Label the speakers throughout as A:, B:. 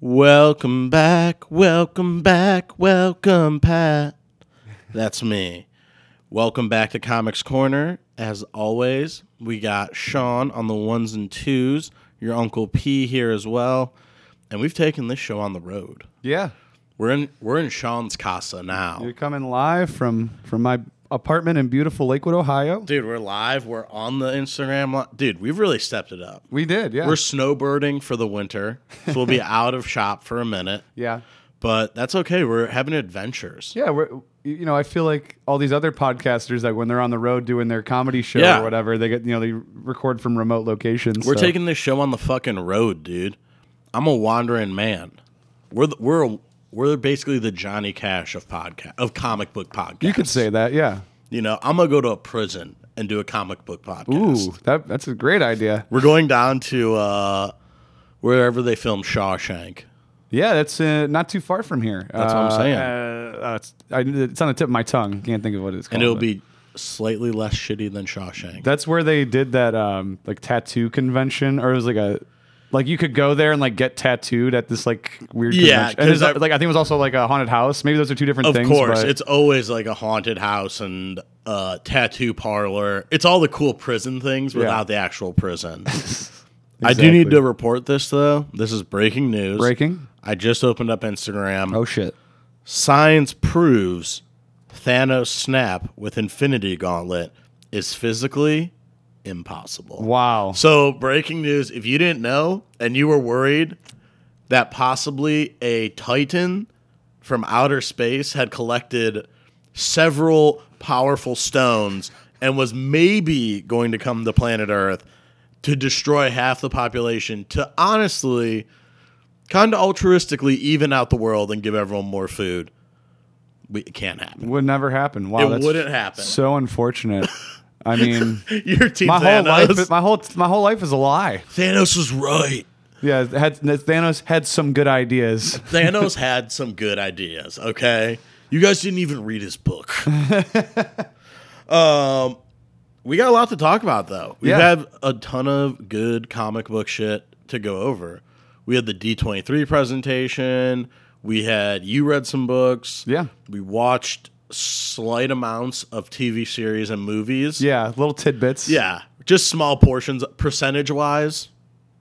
A: Welcome back, welcome back, welcome, Pat. That's me. Welcome back to Comics Corner. As always, we got Sean on the ones and twos, your Uncle P here as well. And we've taken this show on the road.
B: Yeah,
A: We're in we're in Sean's casa now.
B: you're coming live from from my apartment in beautiful Lakewood, Ohio.
A: Dude, we're live. We're on the Instagram. Li- Dude, we've really stepped it up.
B: We did, yeah,
A: We're snowbirding for the winter. So we'll be out of shop for a minute,
B: yeah,
A: but that's okay. We're having adventures.
B: yeah. We're, you know, I feel like all these other podcasters, like when they're on the road doing their comedy show
A: Yeah.
B: or whatever, they get you know they record from remote locations.
A: We're
B: so-
A: taking this show on the fucking road, dude. I'm a wandering man. We're the, we're a, we're basically the Johnny Cash of podcast of comic book podcast.
B: You could say that, yeah.
A: you know I'm gonna go to a prison and do a comic book
B: Ooh,
A: podcast.
B: that that's a great idea.
A: We're going down to uh, wherever they film Shawshank.
B: Yeah, that's uh, not too far from here.
A: That's what I'm saying.
B: Uh, uh, it's, I, it's on the tip of my tongue. Can't think of what it's called.
A: and it'll
B: but-
A: be slightly less shitty than Shawshank.
B: That's where they did that um like tattoo convention or it was like a like you could go there and like get tattooed at this like weird
A: Yeah,
B: convention. And
A: 'cause
B: there's,
A: I-
B: like I think it was also like a haunted house. Maybe those are two different
A: of
B: things.
A: course,
B: but-
A: it's always like a haunted house and uh, tattoo parlor. It's all the cool prison things without the actual prison. I do need
B: Exactly.
A: to report this though. This is breaking news.
B: breaking.
A: I just opened up Instagram.
B: Oh shit.
A: Science proves Thanos snap with Infinity Gauntlet is physically impossible.
B: Wow.
A: So, breaking news if you didn't know and you were worried that possibly a Titan from outer space had collected several powerful stones and was maybe going to come to planet Earth to destroy half the population, to honestly, kind of altruistically even out the world and give everyone more food, we, it can't happen.
B: Would never happen. Wow.
A: it
B: that's
A: wouldn't happen.
B: So unfortunate. I mean
A: Your team
B: my whole
A: Thanos.
B: life my whole my whole life is a lie.
A: Thanos was right.
B: Yeah, had Thanos had some good ideas.
A: Thanos had some good ideas, okay? You guys didn't even read his book. um, we got a lot to talk about, though. We
B: Yeah.
A: have a ton of good comic book shit to go over. We had the D23 presentation. We had you read some books.
B: Yeah.
A: We watched slight amounts of TV series and movies.
B: Yeah, little tidbits.
A: Yeah. Just small portions, percentage wise.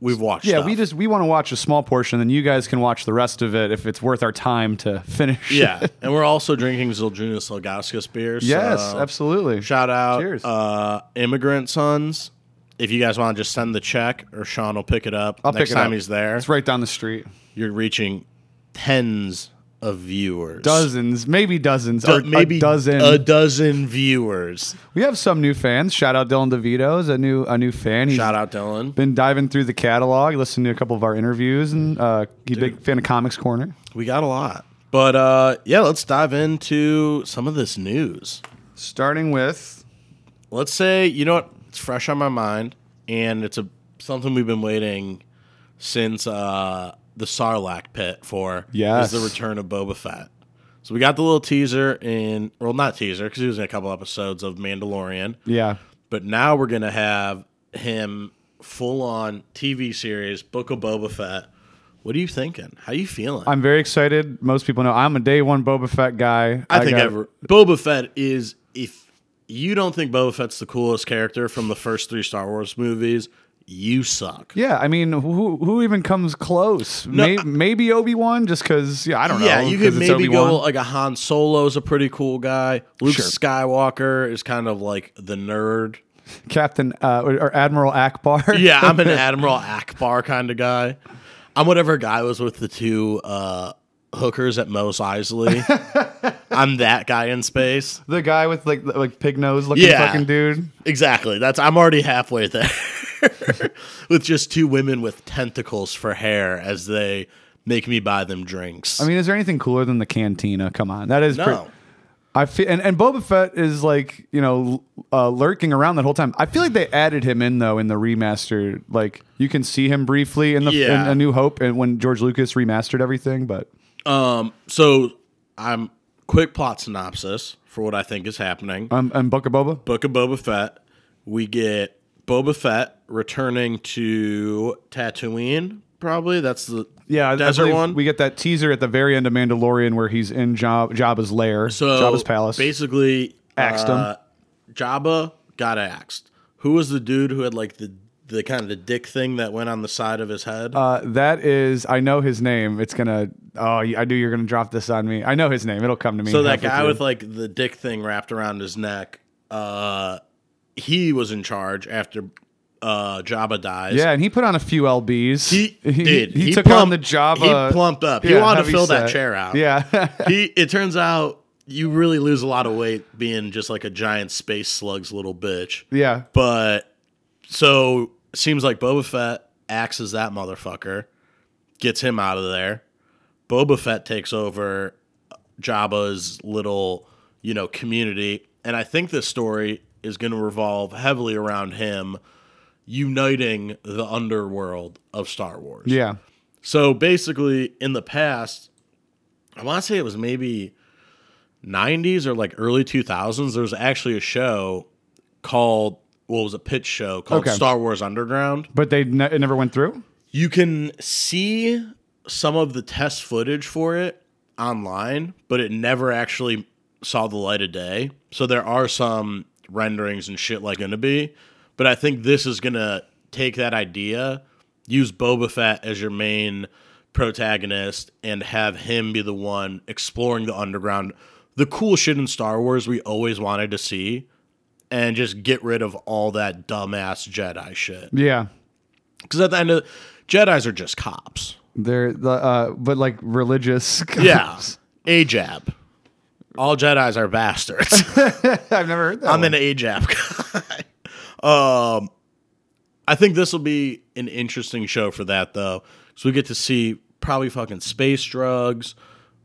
A: We've watched.
B: Yeah,
A: stuff.
B: we just we want to watch a small portion, then you guys can watch the rest of it if it's worth our time to finish.
A: Yeah, and we're also drinking Zildjianus Logaskis beer. so
B: yes, absolutely.
A: Shout out,
B: Cheers.
A: Uh, immigrant sons. If you guys want to just send the check, or Sean will pick it up
B: I'll
A: next
B: pick it
A: time
B: up.
A: he's there.
B: It's right down the street.
A: You're reaching tens of viewers.
B: Dozens, maybe dozens,
A: Do-
B: or
A: maybe
B: a dozen.
A: a dozen viewers.
B: we have some new fans. Shout out Dylan DeVito's a new a new fan. He's
A: Shout out, Dylan.
B: been diving through the catalog, listened to a couple of our interviews, and uh, he's a big fan of Comics Corner.
A: We got a lot, but uh, yeah, let's dive into some of this news.
B: Starting with
A: let's say you know what it's fresh on my mind and it's a something we've been waiting since uh the sarlacc pit for
B: Yes.
A: is the return of boba fett so we got the little teaser in well not teaser because he was in a couple episodes of mandalorian
B: yeah,
A: but now we're gonna have him full on tv series book of boba fett what are you thinking how you feeling
B: I'm very excited. Most people know I'm a day one Boba Fett guy.
A: I think
B: got-
A: ever Boba Fett is if you don't think Boba Fett's the coolest character from the first three Star Wars movies, you suck.
B: Yeah, I mean, who who even comes close? May, maybe Obi Wan, just because yeah, I don't
A: Yeah,
B: know.
A: you
B: 'cause
A: could
B: it's
A: maybe
B: Obi-Wan.
A: go like a Han Solo's a pretty cool guy. Luke
B: Sure.
A: Skywalker is kind of like the nerd.
B: Captain uh, or, or Admiral Akbar.
A: Yeah, I'm an Admiral Akbar kind of guy. I'm whatever guy was with the two uh, hookers at Mos Eisley. I'm that guy in space.
B: the guy with like the- like pig nose looking
A: Yeah.
B: fucking dude.
A: Exactly. That's I'm already halfway there. with just two women with tentacles for hair as they make me buy them drinks.
B: I mean, is there anything cooler than the cantina? Come on, that is.
A: no.
B: pre- I feel and, and Boba Fett is like you know uh, lurking around that whole time. I feel like they added him in though in the remaster. Like you can see him briefly in the
A: Yeah.
B: in A New Hope and when George Lucas remastered everything. But
A: so I'm quick plot synopsis for what I think is happening.
B: um, and Book of Boba.
A: Book of Boba Fett. We get Boba Fett returning to Tatooine probably. That's the
B: Yeah, I- I
A: desert
B: believe
A: one.
B: We get that teaser at the very end of Mandalorian where he's in Job Jabba's lair,
A: so
B: Jabba's palace.
A: Basically,
B: Axed him.
A: uh, Jabba got axed. Who was the dude who had like the the kind of the dick thing that went on the side of his head?
B: uh, that is, I know his name. It's gonna. Oh, I do. You're gonna drop this on me. I know his name. It'll come to me.
A: so that
B: halfway
A: guy
B: through.
A: with like the dick thing wrapped around his neck, uh, he was in charge after uh, Jabba dies.
B: Yeah, and he put on a few lbs.
A: He did.
B: He, took on the job.
A: He plumped up. He wanted to fill that chair out.
B: Yeah,
A: he it turns out you really lose a lot of weight being just like a giant space slug's little bitch.
B: yeah.
A: But so seems like Boba Fett axes that motherfucker, gets him out of there. Boba Fett takes over Jabba's little, you know, community. And I think this story is going to revolve heavily around him uniting the underworld of Star Wars.
B: Yeah.
A: So basically, in the past, I want to say it was maybe 90s or like early 2000s, there was actually a show called, well, it was a pitch show called
B: Okay.
A: Star Wars Underground.
B: But they ne- it never went through.
A: You can see some of the test footage for it online, but it never actually saw the light of day. So there are some renderings and shit like gonna be, but I think this is gonna take that idea, use Boba Fett as your main protagonist, and have him be the one exploring the underground, the cool shit in Star Wars we always wanted to see, and just get rid of all that dumbass Jedi shit.
B: Yeah.
A: Because at the end of Jedi's are just cops.
B: They're the uh, but like religious.
A: Yeah. AJAB. All Jedi's are bastards.
B: I've never heard that.
A: I'm
B: one.
A: an AJAB guy. um, I think this will be an interesting show for that, though. So we get to see probably fucking space drugs.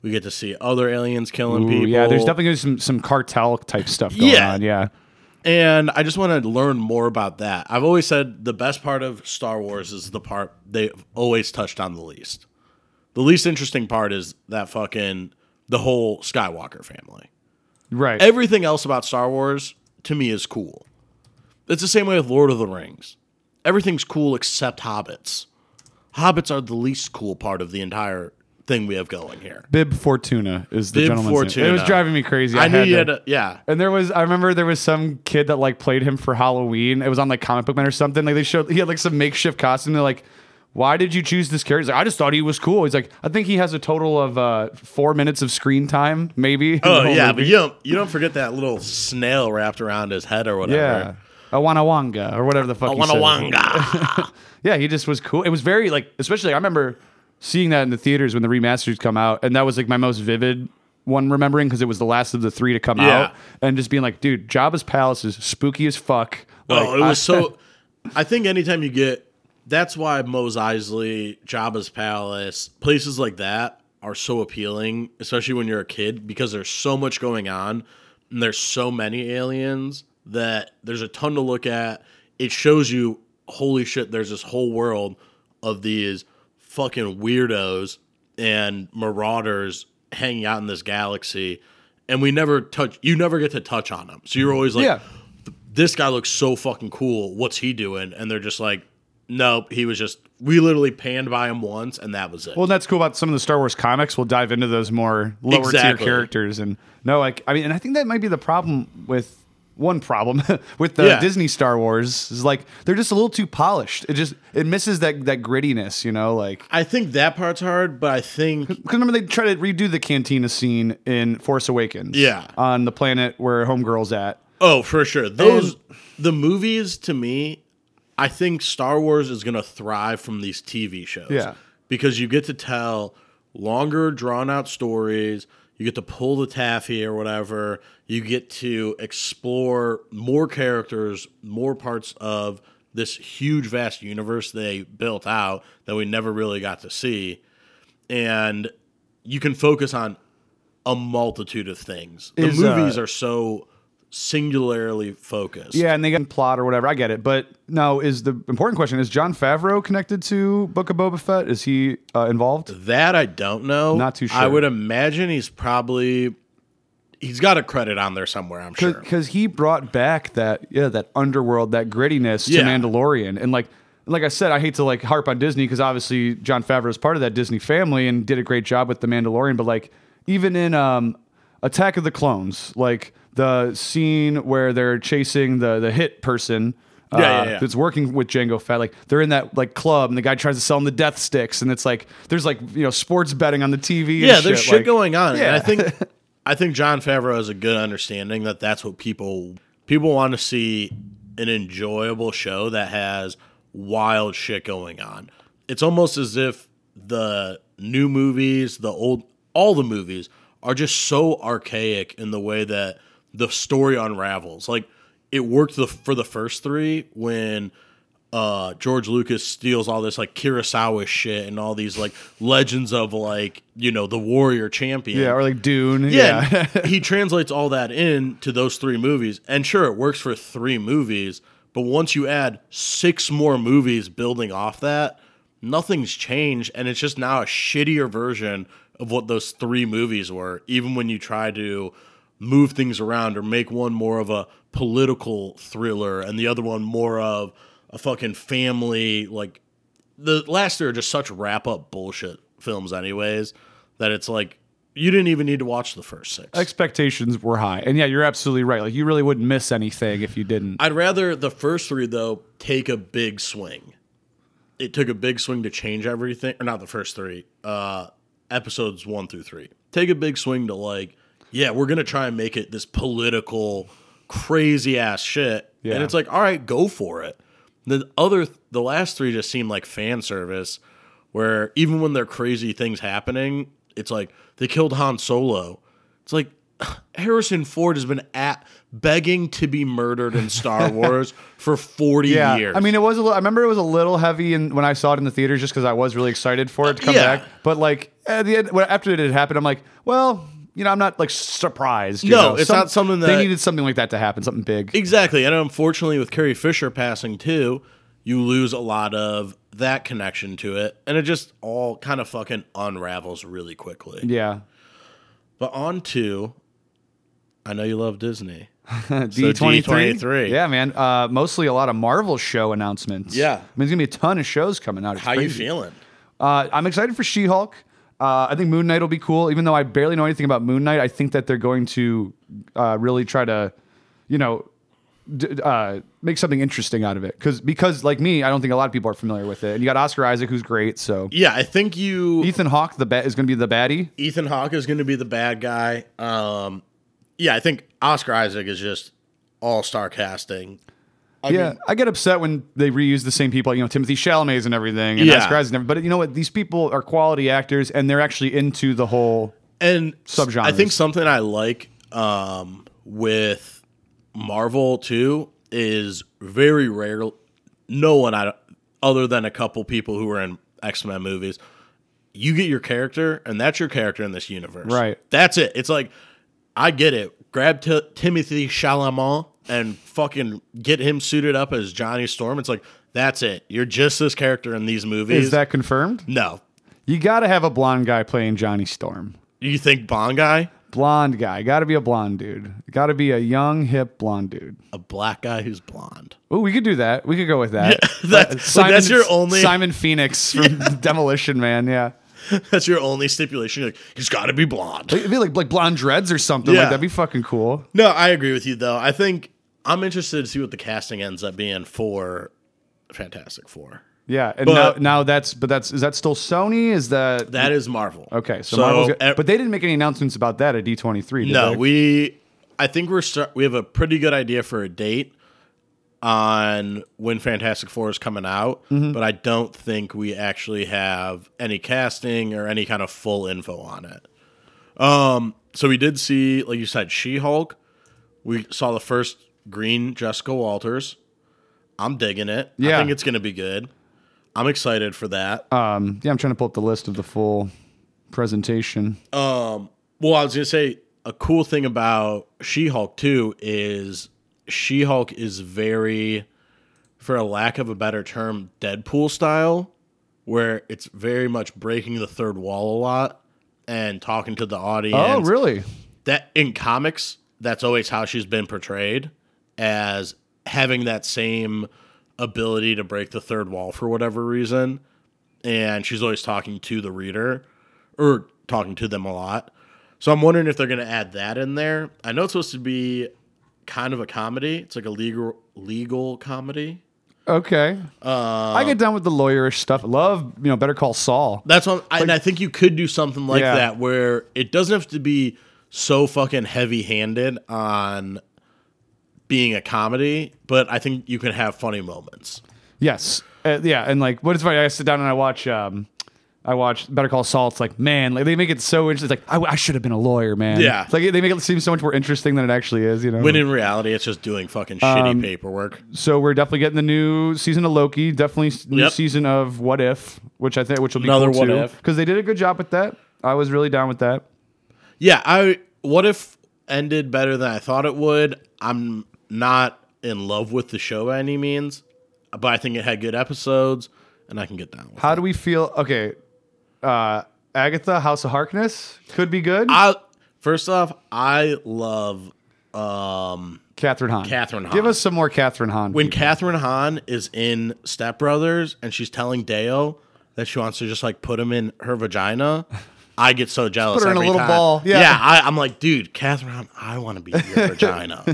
A: We get to see other aliens killing
B: Ooh,
A: people.
B: yeah, there's definitely gonna be some some cartel type stuff going
A: Yeah.
B: on. Yeah.
A: And I just want to learn more about that. I've always said the best part of Star Wars is the part they've always touched on the least. The least interesting part is that fucking the whole Skywalker family.
B: Right.
A: Everything else about Star Wars to me is cool. It's the same way with Lord of the Rings. Everything's cool except hobbits. Hobbits are the least cool part of the entire thing we have going here.
B: Bib Fortuna is the
A: Bib
B: gentleman's name. It was
A: Fortuna.
B: driving me crazy. I,
A: I knew you
B: to-
A: had a, yeah.
B: And there was, I remember there was some kid that like played him for Halloween. It was on like Comic Book Man or something. Like they showed, he had like some makeshift costume. They're like, why did you choose this character? He's like, I just thought he was cool. He's like, I think he has a total of uh, four minutes of screen time, maybe. in the
A: Oh
B: whole
A: yeah,
B: movie."
A: but you don't you don't forget that little snail wrapped around his head or whatever.
B: yeah. Awanawanga or whatever the fuck. he said.
A: Wanawanga.
B: Yeah, he just was cool. It was very like, especially I remember seeing that in the theaters when the remasters come out, and that was like my most vivid one remembering because it was the last of the three to come
A: Yeah.
B: out, and just being like, dude, Jabba's palace is spooky as fuck. Like,
A: oh, it was so. I think anytime you get, that's why Mos Eisley, Jabba's Palace, places like that are so appealing, especially when you're a kid, because there's so much going on and there's so many aliens that there's a ton to look at. It shows you, holy shit, there's this whole world of these fucking weirdos and marauders hanging out in this galaxy. And we never touch, you never get to touch on them. So you're always like,
B: Yeah.
A: this guy looks so fucking cool. What's he doing? And they're just like, nope, he was just, we literally panned by him once and that was it.
B: Well, and that's cool about some of the Star Wars comics. We'll dive into those more lower
A: Exactly.
B: tier characters, and no, like I mean, and I think that might be the problem with one problem with the
A: Yeah.
B: Disney Star Wars is like they're just a little too polished. It just it misses that that grittiness, you know, like
A: I think that part's hard, but I think,
B: because remember they tried to redo the cantina scene in Force Awakens,
A: Yeah.
B: on the planet where Homegirl's at.
A: oh, for sure. Those, the movies to me, I think Star Wars is going to thrive from these TV shows.
B: Yeah.
A: Because you get to tell longer, drawn out stories. You get to pull the taffy or whatever. You get to explore more characters, more parts of this huge, vast universe they built out that we never really got to see. And you can focus on a multitude of things. The
B: Is, uh,
A: movies are so singularly focused.
B: Yeah, and they get plot or whatever. I get it, but now is the important question: Is John Favreau connected to Book of Boba Fett? Is he uh, involved?
A: That I don't know.
B: Not too
A: I
B: sure.
A: would imagine he's probably he's got a credit on there somewhere. I'm sure.
B: because he brought back that yeah that underworld that grittiness to
A: Yeah.
B: Mandalorian and like like I said, I hate to like harp on Disney because obviously John Favreau is part of that Disney family and did a great job with The Mandalorian. But like even in um, Attack of the Clones, like the scene where they're chasing the the hit person. Uh,
A: Yeah, yeah, yeah.
B: That's working with Django Fett. Like they're in that like club, and the guy tries to sell him the death sticks, and it's like there's like you know sports betting on the TV.
A: yeah,
B: and
A: there's shit
B: like-
A: going on. And I
B: Yeah.
A: think I think John Favreau has a good understanding that that's what people people want to see an enjoyable show that has wild shit going on. It's almost as if the new movies, the old all the movies are just so archaic in the way that the story unravels. Like it worked the, for the first 3 when uh, George Lucas steals all this like Kurosawa shit and all these like legends of like you know the warrior champion.
B: Yeah, or like Dune.
A: Yeah,
B: Yeah,
A: and he translates all that in to those three movies, and sure, it works for three movies. But once you add six more movies building off that, nothing's changed, and it's just now a shittier version of what those three movies were. Even when you try to move things around or make one more of a political thriller and the other one more of a fucking family like the last two are just such wrap up bullshit films, anyways, that it's like you didn't even need to watch the first six.
B: expectations were high, and yeah, you're absolutely right. Like you really wouldn't miss anything if you didn't.
A: I'd rather the first three though take a big swing. It took a big swing to change everything, or not the first three uh, episodes one through three. Take a big swing to like, yeah, we're gonna try and make it this political, crazy ass shit.
B: Yeah.
A: And it's like, all right, go for it. The other, the last three just seem like fan service, where even when there are crazy things happening, it's like they killed Han Solo. It's like Harrison Ford has been at begging to be murdered in Star Wars for forty
B: yeah,
A: years.
B: I mean, it was. A little, I remember it was a little heavy, and when I saw it in the theaters, just because I was really excited for it to come
A: Yeah.
B: back. But like at the end, when- after it had happened, I'm like, well, you know, I'm not like surprised. you
A: No,
B: know.
A: it's not something
B: they
A: that- E
B: needed something like that to happen, something big.
A: Exactly. And unfortunately, with Carrie Fisher passing too, you lose a lot of that connection to it. And it just all kind of fucking unravels really quickly.
B: yeah,
A: But on to, I know you love Disney. D23.
B: Yeah, man. Uh, mostly a lot of Marvel show announcements.
A: Yeah.
B: I mean, there's gonna be a ton of shows coming out. It's
A: How you
B: crazy.
A: feeling?
B: Uh, I'm excited for She-Hulk. Uh, I think Moon Knight will be cool. Even though I barely know anything about Moon Knight, I think that they're going to uh, really try to, you know, d- uh, make something interesting out of it. Because because like me, I don't think a lot of people are familiar with it. And you got Oscar Isaac, who's great. So
A: Yeah, I think you
B: Ethan Hawke, the bat is going to be the baddie.
A: Ethan Hawke is going to be the bad guy. Um, yeah, I think Oscar Isaac is just all star casting. I
B: yeah,
A: mean,
B: I get upset when they reuse the same people. You know, Timothy Chalamet's and everything, and
A: Yeah.
B: Oscar Isaac. And everything. But you know what? These people are quality actors, and they're actually into the whole.
A: and
B: Subgenres.
A: I think something I like um, with Marvel too is very rare. No one I other than a couple people who are in X Men movies, you get your character, and that's your character in this universe.
B: Right.
A: That's it. It's like I get it. Grab t- Timothy Chalamet and fucking get him suited up as Johnny Storm. It's like that's it. You're just this character in these movies.
B: Is that confirmed?
A: no?
B: You got to have a blonde guy playing Johnny Storm.
A: You think Bond guy,
B: blonde guy. Got to be a blonde dude. Got to be a young, hip blonde dude.
A: a black guy who's blonde?
B: Oh, we could do that. We could go with that. Uh,
A: that's- like, that's your only-
B: Simon Phoenix from Demolition Man. Yeah,
A: That's your only stipulation. You're like, he's got to be blonde.
B: it'd be like like blonde dreads or something.
A: Yeah.
B: Like that'd be fucking cool.
A: No, I agree with you though. I think I'm interested to see what the casting ends up being for Fantastic Four.
B: Yeah, and
A: But-
B: now now that's but that's is that still Sony? Is that
A: That is Marvel.
B: okay? So, Marvel's got-
A: eh,
B: but they didn't make any announcements about that at D twenty three.
A: no,
B: they?
A: we. I think we're start, we have a pretty good idea for a date on when Fantastic Four is coming out, but I don't think we actually have any casting or any kind of full info on it. Um, so we did see, like you said, She Hulk. We saw the first green Jessica Walters. I'm digging it. I
B: Yeah.
A: think it's gonna be good. I'm excited for that.
B: um, yeah, I'm trying to pull up the list of the full presentation.
A: Well, I was gonna say a cool thing about She-Hulk too is She-Hulk is very, for a lack of a better term, Deadpool style, where it's very much breaking the third wall a lot and talking to the audience.
B: oh, really?
A: That in comics, that's always how she's been portrayed as having that same ability to break the third wall for whatever reason, and she's always talking to the reader or talking to them a lot. So I'm wondering if they're going to add that in there. I know it's supposed to be kind of a comedy. It's like a legal legal comedy.
B: Okay.
A: Uh,
B: I get done with the lawyerish stuff. Love, you know, Better Call Saul.
A: That's what, I and I think you could do something like
B: Yeah.
A: that where it doesn't have to be so fucking heavy-handed on being a comedy, but I think you can have funny moments.
B: Yes. Uh, yeah, and like, what is funny? I sit down and I watch, um, I watch Better Call Saul. It's like, man, like they make it so interesting. It's like, I, I should have been a lawyer, man.
A: Yeah.
B: It's like they make it seem so much more interesting than it actually is. You know.
A: When in reality, it's just doing fucking shitty
B: Um,
A: paperwork.
B: so we're definitely getting the new season of Loki. Definitely s- new
A: Yep.
B: season of What If, which I think which will be
A: Another
B: cool
A: What
B: too,
A: If.
B: because they did a good job with that. I was really down with that.
A: Yeah, I what if ended better than I thought it would? I'm not in love with the show by any means, but I think it had good episodes, and I can get down with. it.
B: How do we feel? Okay, uh, Agatha House of Harkness could be good.
A: I first off, I love
B: Catherine Hahn.
A: Catherine Hahn.
B: Give us some more Catherine Hahn.
A: when Catherine Hahn is in Step Brothers and she's telling Deo that she wants to just like put him in her vagina, I get so jealous.
B: Put her in a
A: every
B: little
A: time.
B: ball. Yeah.
A: I, I'm like, dude, Catherine Hahn, I want to be in your vagina.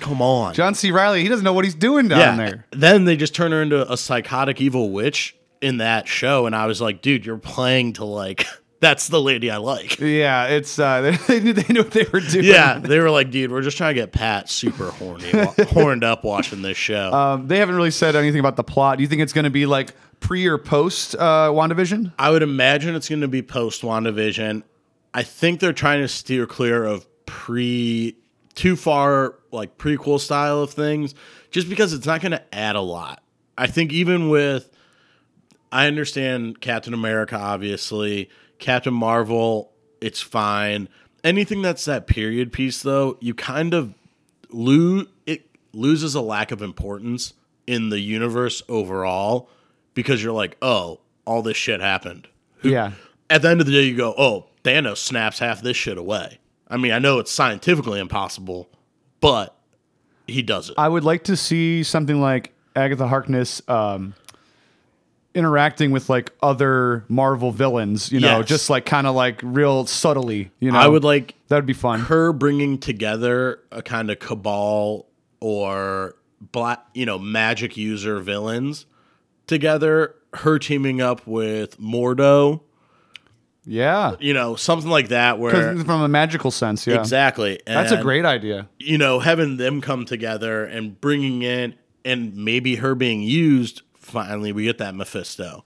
A: Come on.
B: John C. Riley, he doesn't know what he's doing down there.
A: Then they just turn her into a psychotic evil witch in that show, and I was like, dude, you're playing to like that's the lady I like.
B: Yeah, it's uh, they, they knew they knew what they were doing.
A: Yeah, they were like, dude, we're just trying to get Pat super horny, wa- horned up watching this show.
B: Um, they haven't really said anything about the plot. Do you think it's going to be like pre or post uh, WandaVision?
A: I would imagine it's going to be post WandaVision. I think they're trying to steer clear of pre too far like prequel style of things just because it's not going to add a lot. I think even with I understand Captain America obviously, Captain Marvel, it's fine. Anything that's that period piece though, you kind of lose it loses a lack of importance in the universe overall because you're like, "Oh, all this shit happened."
B: Yeah.
A: at the end of the day, you go, oh, Thanos snaps half this shit away. I mean, I know it's scientifically impossible, but he does it.
B: I would like to see something like Agatha Harkness um, interacting with like other Marvel villains, you know,
A: Yes.
B: just like kind of like real subtly, you know.
A: I would like
B: that would be fun.
A: her bringing together a kind of cabal or black, you know, magic user villains together. Her teaming up with Mordo,
B: Yeah.
A: you know, something like that. Where
B: 'Cause From a magical sense, yeah.
A: exactly,
B: That's a
A: and-
B: great idea.
A: you know, having them come together and bringing in, and maybe her being used. Finally, we get that Mephisto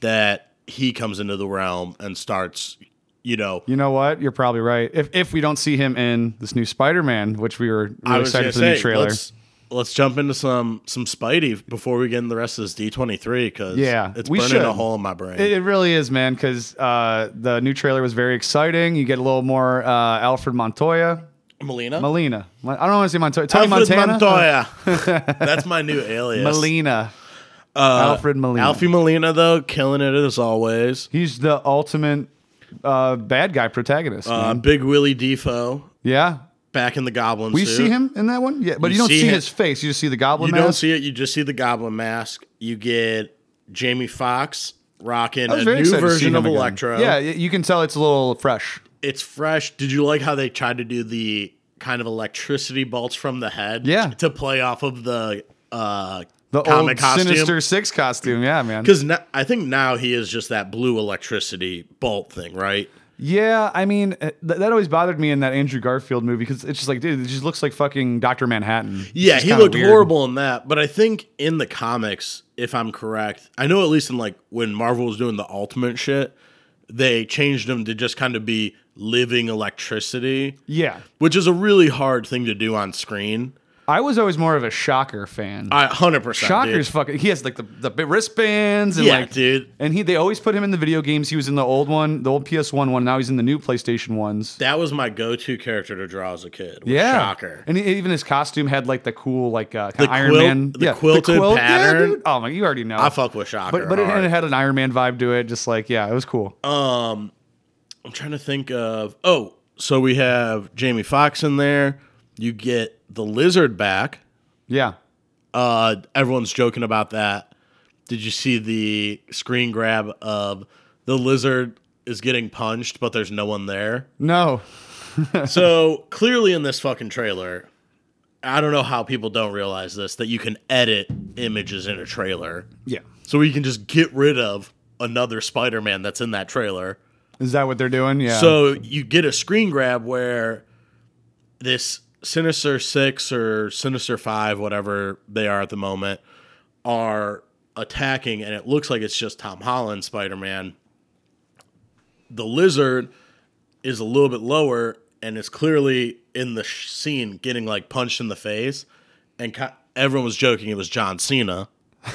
A: that he comes into the realm and starts, you know,
B: You know what? You're probably right. If if we don't see him in this new Spider-Man, which we were
A: I
B: really
A: was gonna
B: excited for the
A: say,
B: new trailer.
A: Let's, let's jump into some some Spidey before we get into the rest of this D twenty three because
B: Yeah,
A: it's
B: we
A: burning
B: should.
A: a hole in my brain.
B: It, it really is, man, because uh, the new trailer was very exciting. You get a little more uh, Alfred Montoya,
A: Melina,
B: Molina. I don't want to say Montoya. Tony
A: Alfred
B: Montana?
A: Montoya. That's my new alias.
B: Molina. Alfred Molina.
A: Uh, Alfie Molina though, killing it as always. Uh,
B: He's the ultimate uh, bad guy protagonist.
A: Uh,
B: man.
A: Big Willie Defoe
B: yeah.
A: back in the Goblin.
B: We
A: suit.
B: see him in that one? Yeah, but you,
A: You
B: don't
A: see
B: see
A: him-
B: his face. You just see the goblin
A: You
B: mask.
A: don't see it. You just see the Goblin mask. You get Jamie Fox rocking
B: I was
A: a
B: very
A: new
B: excited to see
A: version
B: him
A: of
B: again.
A: Electro.
B: Yeah, y- you can tell it's a little fresh.
A: it's fresh. Did you like how they tried to do the kind of electricity bolts from the head?
B: Yeah.
A: to play off of the uh,
B: The
A: comic
B: old
A: costume.
B: Sinister Six costume. Yeah, man.
A: because I think now he is just that blue electricity bolt thing, right?
B: Yeah, I mean uh, th- that always bothered me in that Andrew Garfield movie because it's just like, dude, it just looks like fucking Doctor Manhattan. It's
A: Yeah,
B: just
A: he
B: kinda
A: looked
B: weird.
A: horrible in that. But I think in the comics, if I'm correct, I know at least in like when Marvel was doing the Ultimate shit, they changed him to just kind of be living electricity,
B: Yeah,
A: which is a really hard thing to do on screen.
B: I was always more of a Shocker fan.
A: I hundred percent.
B: Shocker's
A: dude.
B: fucking. He has like the, the bit wristbands and
A: yeah,
B: like,
A: dude.
B: and he they always put him in the video games. He was in the old one, the old PS1 one. Now he's in the new PlayStation ones.
A: That was my go-to character to draw as a kid. was
B: Yeah,
A: Shocker.
B: And he- even his costume had like the cool like uh, kinda
A: The
B: Iron
A: quilt-
B: Man,
A: the
B: yeah,
A: quilted
B: quilt. Yeah,
A: pattern.
B: dude. Oh my, you already know.
A: I fuck with Shocker.
B: but but it,
A: hard. Um,
B: and it had an Iron Man vibe to it. Just like yeah, it was cool.
A: I'm trying to think of. Oh, so we have Jamie Foxx in there. You get the lizard back.
B: yeah.
A: Uh, everyone's joking about that. Did you see the screen grab of the lizard is getting punched, but there's no one there?
B: No.
A: So clearly, in this fucking trailer, I don't know how people don't realize this that you can edit images in a trailer.
B: Yeah.
A: So we can just get rid of another Spider Man that's in that trailer.
B: Is that what they're doing? Yeah.
A: So you get a screen grab where this Sinister Six or Sinister Five, whatever they are at the moment, are attacking, and it looks like it's just Tom Holland Spider Man. The lizard is a little bit lower, and it's clearly in the sh- scene getting like punched in the face, and ki everyone was joking it was John Cena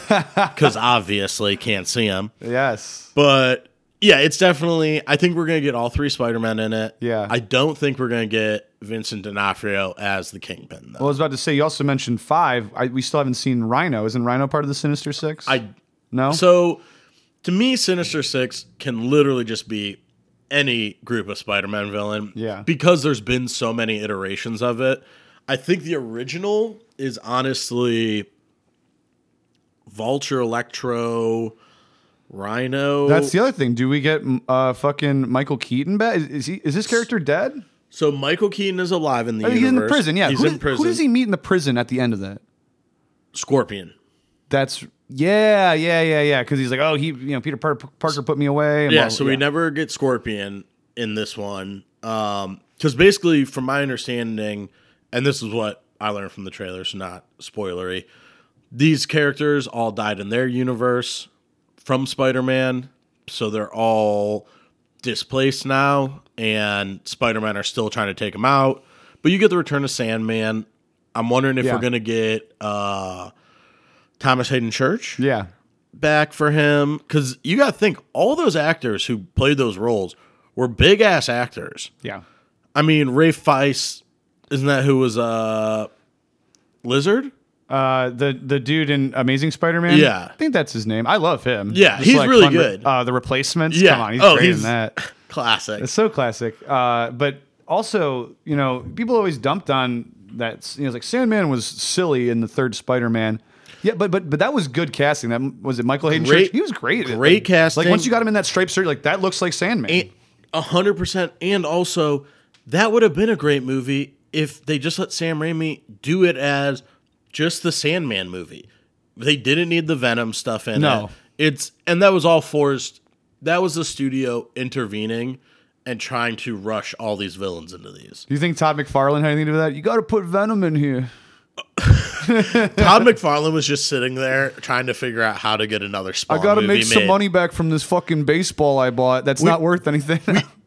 A: because obviously can't see him.
B: yes.
A: But yeah, it's definitely. I think we're gonna get all three Spider Men in it.
B: Yeah.
A: I don't think we're gonna get Vincent D'Onofrio as the Kingpin. Though.
B: Well, I was about to say you also mentioned five. I, we still haven't seen Rhino. Isn't Rhino part of the Sinister Six?
A: I
B: no.
A: so to me, Sinister Six can literally just be any group of Spider Man villain.
B: Yeah.
A: Because there's been so many iterations of it. I think the original is honestly Vulture, Electro, Rhino.
B: That's the other thing. Do we get mm, uh, fucking Michael Keaton back? Is, is he? Is this character dead?
A: so Michael Keaton is alive in the
B: Oh, He's in the
A: universe.
B: prison. Yeah.
A: He's
B: who,
A: in
B: does-
A: prison.
B: Who does he meet in the prison at the end of that?
A: Scorpion.
B: That's yeah, yeah, yeah, yeah. Because he's like, oh, he, you know, Peter Par- Parker put me away. and
A: Yeah,
B: blah-
A: so we never get Scorpion in this one. Um, because basically, from my understanding, and this is what I learned from the trailers, not spoilery, these characters all died in their universe from Spider Man, so they're all displaced now, and Spider Man are still trying to take them out. But you get the return of Sandman. I'm wondering if
B: Yeah.
A: we're gonna get uh, Thomas Hayden Church
B: yeah,
A: back for him because you got to think all those actors who played those roles were big ass actors.
B: yeah.
A: I mean, Ray Fice, isn't that who was uh Lizard?
B: Uh, the the dude in Amazing Spider-Man.
A: Yeah.
B: I think that's his name. I love him.
A: Yeah, he's really
B: fun-
A: good.
B: Uh, the replacements.
A: Yeah.
B: Come on, he's
A: Oh,
B: great
A: he's-
B: in that.
A: Classic.
B: It's so classic. Uh, but also, you know, people always dumped on that. You know, it's like Sandman was silly in the third Spider-Man. Yeah, but but but that was good casting. That was it. Michael Hayden
A: Great-
B: Church. He was great. at-
A: great casting.
B: Like once you got him in that striped shirt, like that looks like Sandman.
A: A hundred percent. And also, that would have been a great movie if they just let Sam Raimi do it as just the Sandman movie. They didn't need the Venom stuff in
B: No.
A: it. It's and that was all forced. That was the studio intervening and trying to rush all these villains into these.
B: Do you think Todd McFarlane had anything to do with that? You got to put Venom in here.
A: Todd McFarlane was just sitting there trying to figure out how to get another Spawn
B: I got to
A: movie
B: make some
A: made.
B: money back from this fucking baseball I bought. That's not worth anything.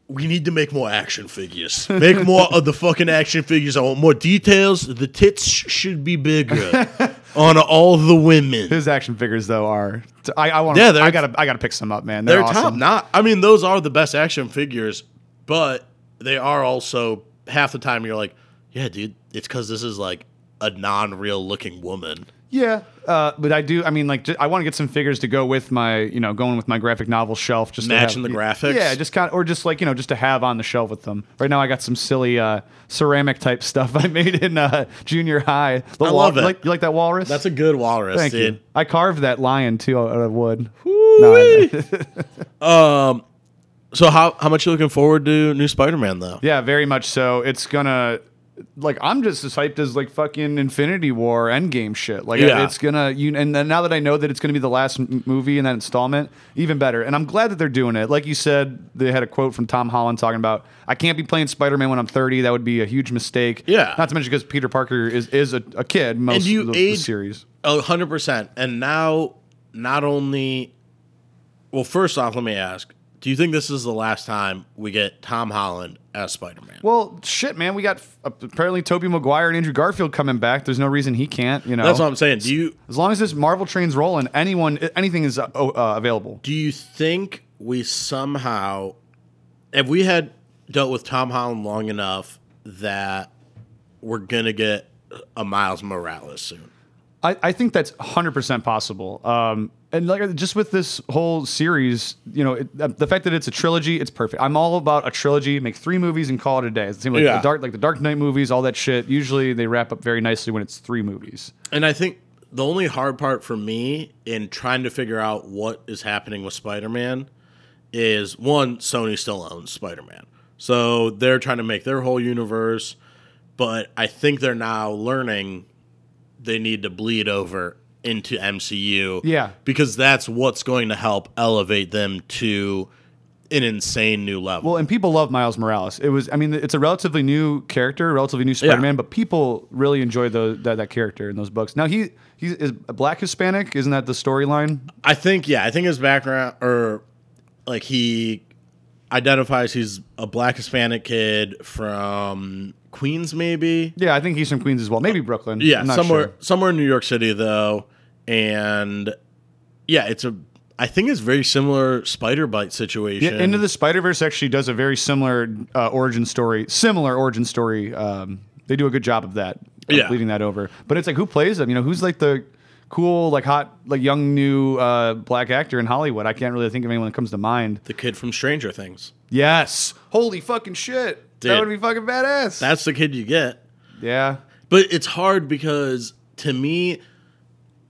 A: we need to make more action figures. Make more of the fucking action figures. I want more details. The tits sh- should be bigger on all the women.
B: His action figures though are I, I want
A: Yeah,
B: yeah,
A: they're-
B: I gotta I gotta pick some up, man. They're,
A: They're top
B: awesome.
A: not. I mean, those are the best action figures, but they are also half the time you're like, yeah, dude, it's because this is like a non-real looking woman.
B: Yeah, uh, but I do. I mean, like ju- I want to get some figures to go with my you know going with my graphic novel shelf, just to
A: Matching
B: have-
A: the graphics?
B: Yeah, just kind of, or just like you know just to have on the shelf with them. Right now, I got some silly uh, ceramic type stuff I made in uh, junior high. The
A: I
B: wal-
A: love it.
B: Like, you like that walrus?
A: That's a good walrus,
B: Thank
A: dude.
B: you. I carved that lion too out of wood. No, I-
A: Um, So how how much you looking forward to new Spider-Man though?
B: Yeah, very much so. It's gonna like I'm just as hyped as like fucking Infinity War Endgame shit. Like
A: Yeah.
B: it's gonna you and then now that I know that it's gonna be the last m- movie in that installment, even better. And I'm glad that they're doing it. Like you said, they had a quote from Tom Holland talking about I can't be playing Spider Man when I'm 30. That would be a huge mistake.
A: Yeah.
B: Not to mention because Peter Parker is is a, a kid most
A: you
B: of the, the
A: age-
B: series.
A: A Oh, hundred percent. And now, not only, well, first off, let me ask: Do you think this is the last time we get Tom Holland as Spider Man?
B: Well, shit, man, we got apparently Tobey Maguire and Andrew Garfield coming back. There's no reason he can't. You know,
A: That's what I'm saying. Do you
B: As long as this Marvel train's rolling, anyone, anything is uh, oh, uh, available.
A: do you think we somehow have we had dealt with Tom Holland long enough that we're gonna get a Miles Morales soon?
B: I, I think that's 100% possible. Um, and like just with this whole series, you know, it, uh, the fact that it's a trilogy, it's perfect. I'm all about a trilogy. Make three movies and call it a day. It seems like
A: Yeah.
B: the dark, like the Dark Knight movies, all that shit. Usually they wrap up very nicely when it's three movies.
A: And I think the only hard part for me in trying to figure out what is happening with Spider-Man is one Sony still owns Spider-Man. So they're trying to make their whole universe, but I think they're now learning they need to bleed over into MCU.
B: Yeah.
A: Because that's what's going to help elevate them to an insane new level.
B: Well, and people love Miles Morales. It was, I mean, it's a relatively new character, relatively new Spider-Man, but people really enjoy the, that that character in those books. Now he he is black Hispanic, isn't that the storyline?
A: I think yeah, I think his background or like he identifies he's a black Hispanic kid from Queens maybe.
B: Yeah, I think he's from Queens as well, maybe Brooklyn.
A: Yeah,
B: I'm not
A: somewhere
B: sure.
A: somewhere in New York City though. And yeah, it's a I think it's very similar spider bite
B: Yeah,
A: situation.
B: Into the Spider Verse actually does a very similar uh, origin story, similar origin story. Um, they do a good job of that, of
A: Yeah.
B: leading that over. But it's like who plays him? You know, who's like the cool, like hot, like young new uh, black actor in Hollywood? I can't really think of anyone that comes to mind.
A: the kid from Stranger Things.
B: Yes, holy fucking shit, that
A: Dude.
B: would be fucking badass.
A: That's the kid you get.
B: yeah,
A: But it's hard because to me,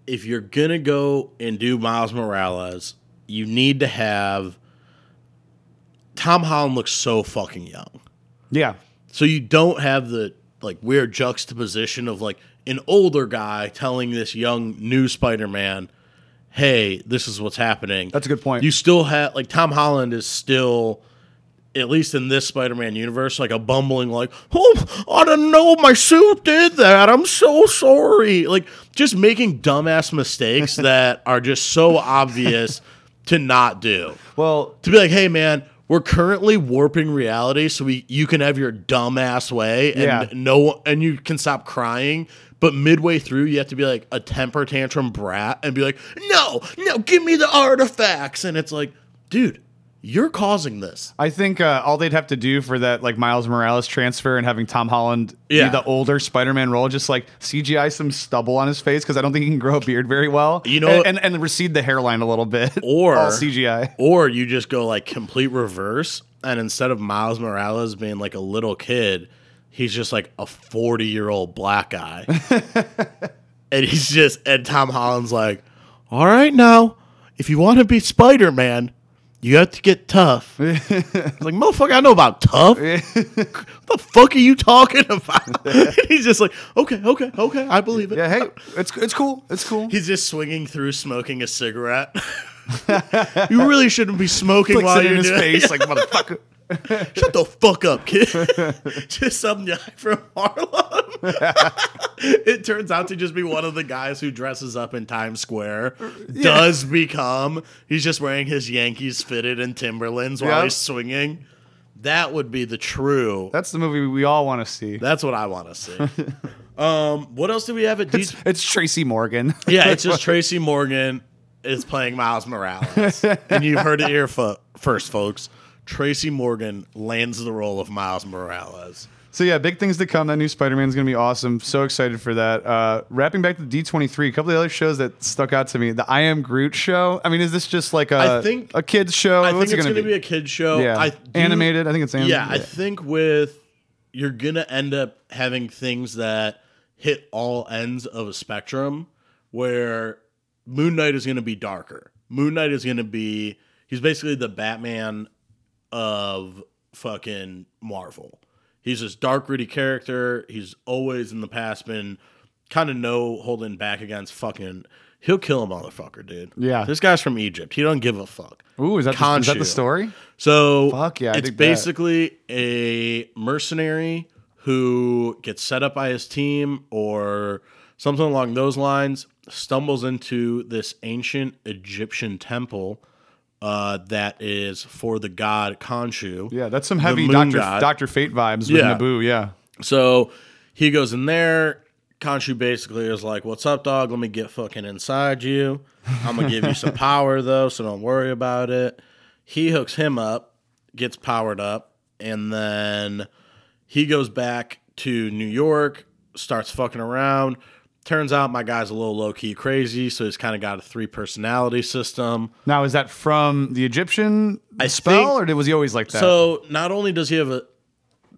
A: if you're gonna go and do Miles Morales, you need to have Tom Holland looks so fucking young.
B: yeah,
A: So you don't have the like weird juxtaposition of like an older guy telling this young new Spider-Man, "Hey, this is what's happening."
B: that's a good point.
A: You still have like Tom Holland is still at least in this Spider-Man universe like a bumbling like, "Oh, I don't know my suit did that. I'm so sorry." Like just making dumbass mistakes that are just so obvious to not do
B: well,
A: to be like, hey man, we're currently warping reality, so we you can have your dumbass way, and
B: Yeah.
A: no, and you can stop crying. But midway through, you have to be like a temper tantrum brat and be like, no, no, give me the artifacts, and it's like, dude, you're causing this.
B: I think uh, all they'd have to do for that like Miles Morales transfer and having Tom Holland
A: Yeah.
B: be the older Spider-Man role, just like CGI some stubble on his face because I don't think he can grow a beard very well.
A: You know-
B: and and, and recede the hairline a little bit,
A: Or-
B: all CGI.
A: Or you just go like complete reverse, and instead of Miles Morales being like a little kid, he's just like a 40 year old black guy. and he's just, and Tom Holland's like, all right, now, if you want to be Spider Man, you have to get tough. It's like, motherfucker, I know about tough. what the fuck are you talking about? and he's just like, okay, okay, okay, I believe it
B: Yeah, hey, it's it's cool, it's cool.
A: he's just swinging through smoking a cigarette. you really shouldn't be smoking
B: Flicks
A: while
B: it
A: you're
B: in his
A: doing
B: face like motherfucker.
A: Shut the fuck up, kid. just some guy from Harlem. it turns out to just be one of the guys who dresses up in Times Square. Does become he's just wearing his Yankees fitted and Timberlands while
B: Yeah.
A: he's swinging. That would be the true.
B: That's the movie we all want to see.
A: That's what I want to see. um, what else do we have at DC?
B: It's Tracy Morgan.
A: Yeah, it's just Tracy Morgan is playing Miles Morales. and you've heard it here fo- first, folks. Tracy Morgan lands the role of Miles Morales.
B: So yeah, big things to come. That new Spider-Man is going to be awesome. So excited for that. Uh, wrapping back to D23, a couple of the other shows that stuck out to me. The I Am Groot show. I mean, is this just like a
A: I think-
B: a kids show?
A: I
B: What's
A: think
B: it
A: it's
B: going to be?
A: a kid's show.
B: yeah,
A: I do-
B: animated. I think it's animated.
A: Yeah, I think with you're gonna end up having things that hit all ends of a spectrum where Moon Knight is gonna be darker. Moon Knight is gonna be he's basically the Batman of fucking Marvel. He's this dark gritty character. He's always in the past been kind of no holding back against fucking he'll kill a motherfucker, dude.
B: Yeah.
A: This guy's from Egypt. He don't give a fuck.
B: Ooh, is that, the, is that
A: Khonshu.
B: the story?
A: So
B: Fuck yeah, I
A: it's
B: dig that.
A: basically a mercenary who gets set up by his team or something along those lines, stumbles into this ancient Egyptian temple uh, that is for the god Khonshu.
B: Yeah, that's some heavy
A: moon
B: Doctor
A: god.
B: Doctor Fate vibes with
A: Yeah.
B: Naboo. Yeah,
A: So he goes in there. Khonshu basically is like, "What's up, dog? Let me get fucking inside you. I'm gonna give you some power though, so don't worry about it." He hooks him up, gets powered up, and then he goes back to New York, starts fucking around. Turns out my guy's a little low key crazy, so he's kind of got a three personality system.
B: now is that from the Egyptian
A: I
B: spell,
A: think-
B: or did- was he always like that?
A: So not only does he have a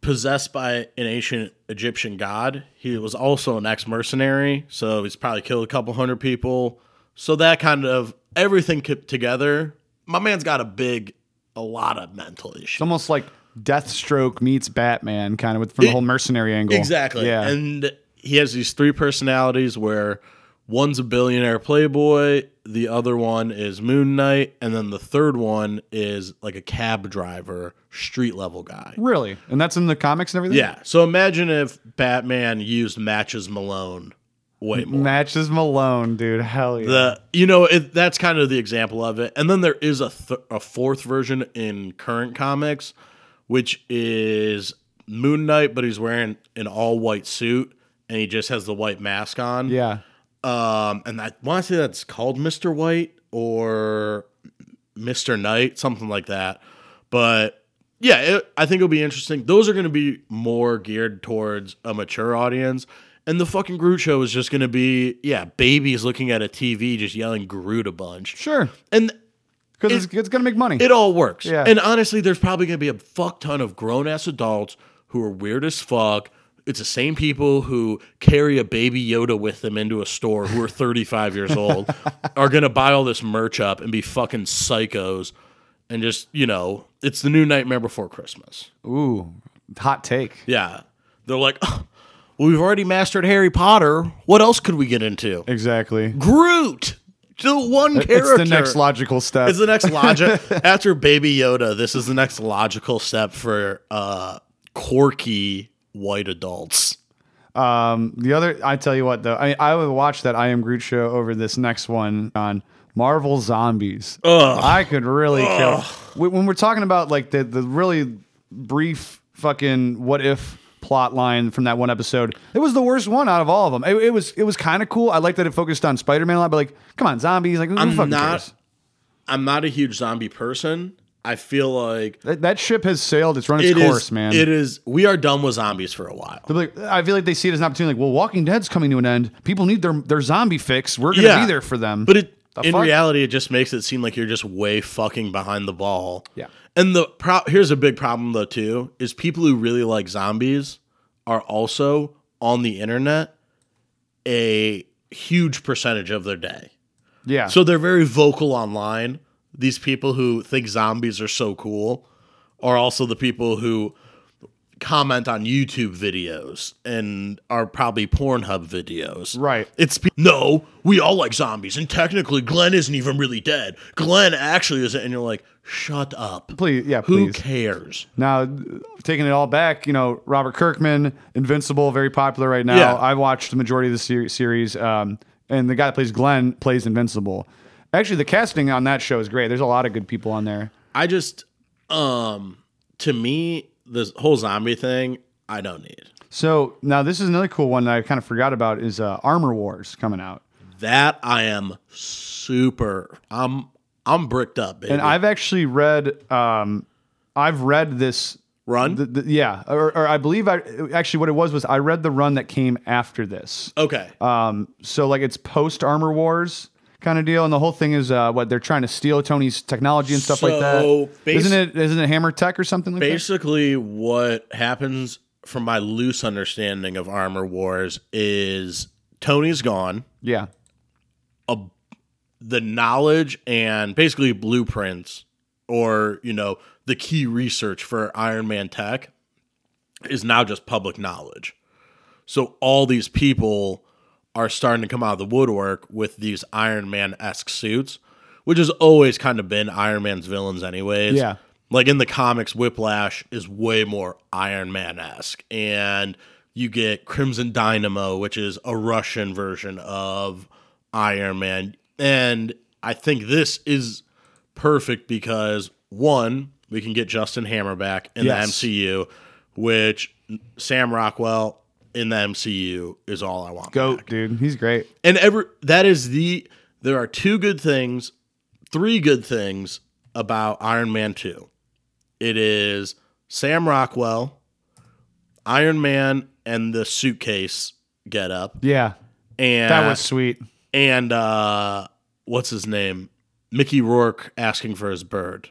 A: possessed by an ancient Egyptian god. He was also an ex mercenary, so he's probably killed a couple hundred people. So that kind of everything co- together, my man's got a big, a lot of mental issues.
B: almost like Deathstroke meets Batman, kind of with from the whole mercenary angle.
A: Exactly.
B: Yeah.
A: And he has these three personalities where one's a billionaire playboy, the other one is Moon Knight, and then the third one is like a cab driver, street level guy.
B: really, and that's in the comics and everything.
A: Yeah. So imagine if Batman used Matches Malone way
B: Mm-hmm.
A: more.
B: matches Malone, dude. Hell yeah.
A: The you know it, that's kind of the example of it, and then there is a th- a fourth version in current comics, which is Moon Knight, but he's wearing an all white suit and he just has the white mask on.
B: yeah,
A: Um, and I want to say that's called Mister White or Mister Knight, something like that. But yeah, it, I think it'll be interesting. Those are going to be more geared towards a mature audience. And the fucking Groot show is just going to be, yeah, babies looking at a TV just yelling Groot a bunch.
B: sure.
A: And
B: Because it's, it's gonna make money.
A: it all works.
B: Yeah.
A: And honestly, there's probably going to be a fuck ton of grown ass adults who are weird as fuck. It's the same people who carry a baby Yoda with them into a store who are 35 years old are going to buy all this merch up and be fucking psychos and just, you know, it's the new Nightmare Before Christmas.
B: Ooh, hot take.
A: Yeah. They're like, "Oh, well, we've already mastered Harry Potter. What else could we get into?
B: Exactly.
A: Groot, the one character.
B: It's the next logical step.
A: It's the next logic after Baby Yoda. This is the next logical step for uh, quirky white adults.
B: Um, the other, I tell you what, though, I I would watch that I Am Groot show over this next one on Marvel Zombies. I could really kill. When when we're talking about like the the really brief fucking what if plot line from that one episode, it was the worst one out of all of them. It, it was it was kind of cool. I like that it focused on Spider Man a lot, but like, come on, zombies! Like, who
A: I'm
B: fucking
A: not-
B: cares?
A: I'm not a huge zombie person. I feel like
B: That, that ship has sailed. It's run its
A: it is.
B: course, man.
A: It is. We are done with zombies for a while.
B: They're like, I feel like they see it as an opportunity. Like, well, Walking Dead's coming to an end. People need their their zombie fix. We're gonna be there for them.
A: But it,
B: The
A: in
B: fuck?
A: reality, it just makes it seem like you're just way fucking behind the ball.
B: Yeah.
A: And the pro- here's a big problem though too is people who really like zombies are also on the internet a huge percentage of their day.
B: yeah.
A: So they're very vocal online. These people who think zombies are so cool are also the people who comment on YouTube videos and are probably Pornhub videos.
B: Right.
A: It's pe- no, we all like zombies, and technically Glenn isn't even really dead. Glenn actually isn't, and you're like, shut up.
B: Please, yeah,
A: Who
B: please.
A: cares?
B: Now, taking it all back, you know, Robert Kirkman, Invincible, very popular right now.
A: Yeah.
B: I watched the majority of the ser- series, um, and the guy that plays Glenn plays Invincible. Actually, the casting on that show is great. There's a lot of good people on there.
A: I just, um, to me, this whole zombie thing, I don't need.
B: So now this is another cool one that I kind of forgot about is uh, Armor Wars coming out.
A: That I am super. I'm I'm bricked up, baby.
B: And I've actually read, um, I've read this.
A: Run.
B: The, the, yeah, or, or I believe I actually what it was was I read the run that came after this.
A: okay.
B: Um, so like it's post Armor Wars kind of deal, and the whole thing is uh, what they're trying to steal Tony's technology and stuff like
A: So,
B: that.
A: basi-
B: isn't it? Isn't it Hammer Tech or something like
A: Basically, what happens from my loose understanding of Armor Wars is Tony's gone.
B: that? Yeah,
A: The knowledge and basically blueprints, or you know, the key research for Iron Man tech, is now just public knowledge. So all these people are starting to come out of the woodwork with these Iron Man esque suits, which has always kind of been Iron Man's villains, anyways.
B: Yeah.
A: Like in the comics, Whiplash is way more Iron Man esque. And you get Crimson Dynamo, which is a Russian version of Iron Man. And I think this is perfect because one, we can get Justin Hammer back in
B: Yes.
A: the MCU. MCU, which Sam Rockwell in the MCU is all I want.
B: goat dude, he's great.
A: And every that is the there are two good things, three good things about Iron Man 2. It is Sam Rockwell, Iron Man and the suitcase get up.
B: Yeah,
A: And
B: that was sweet.
A: and uh what's his name? Mickey Rourke asking for his bird.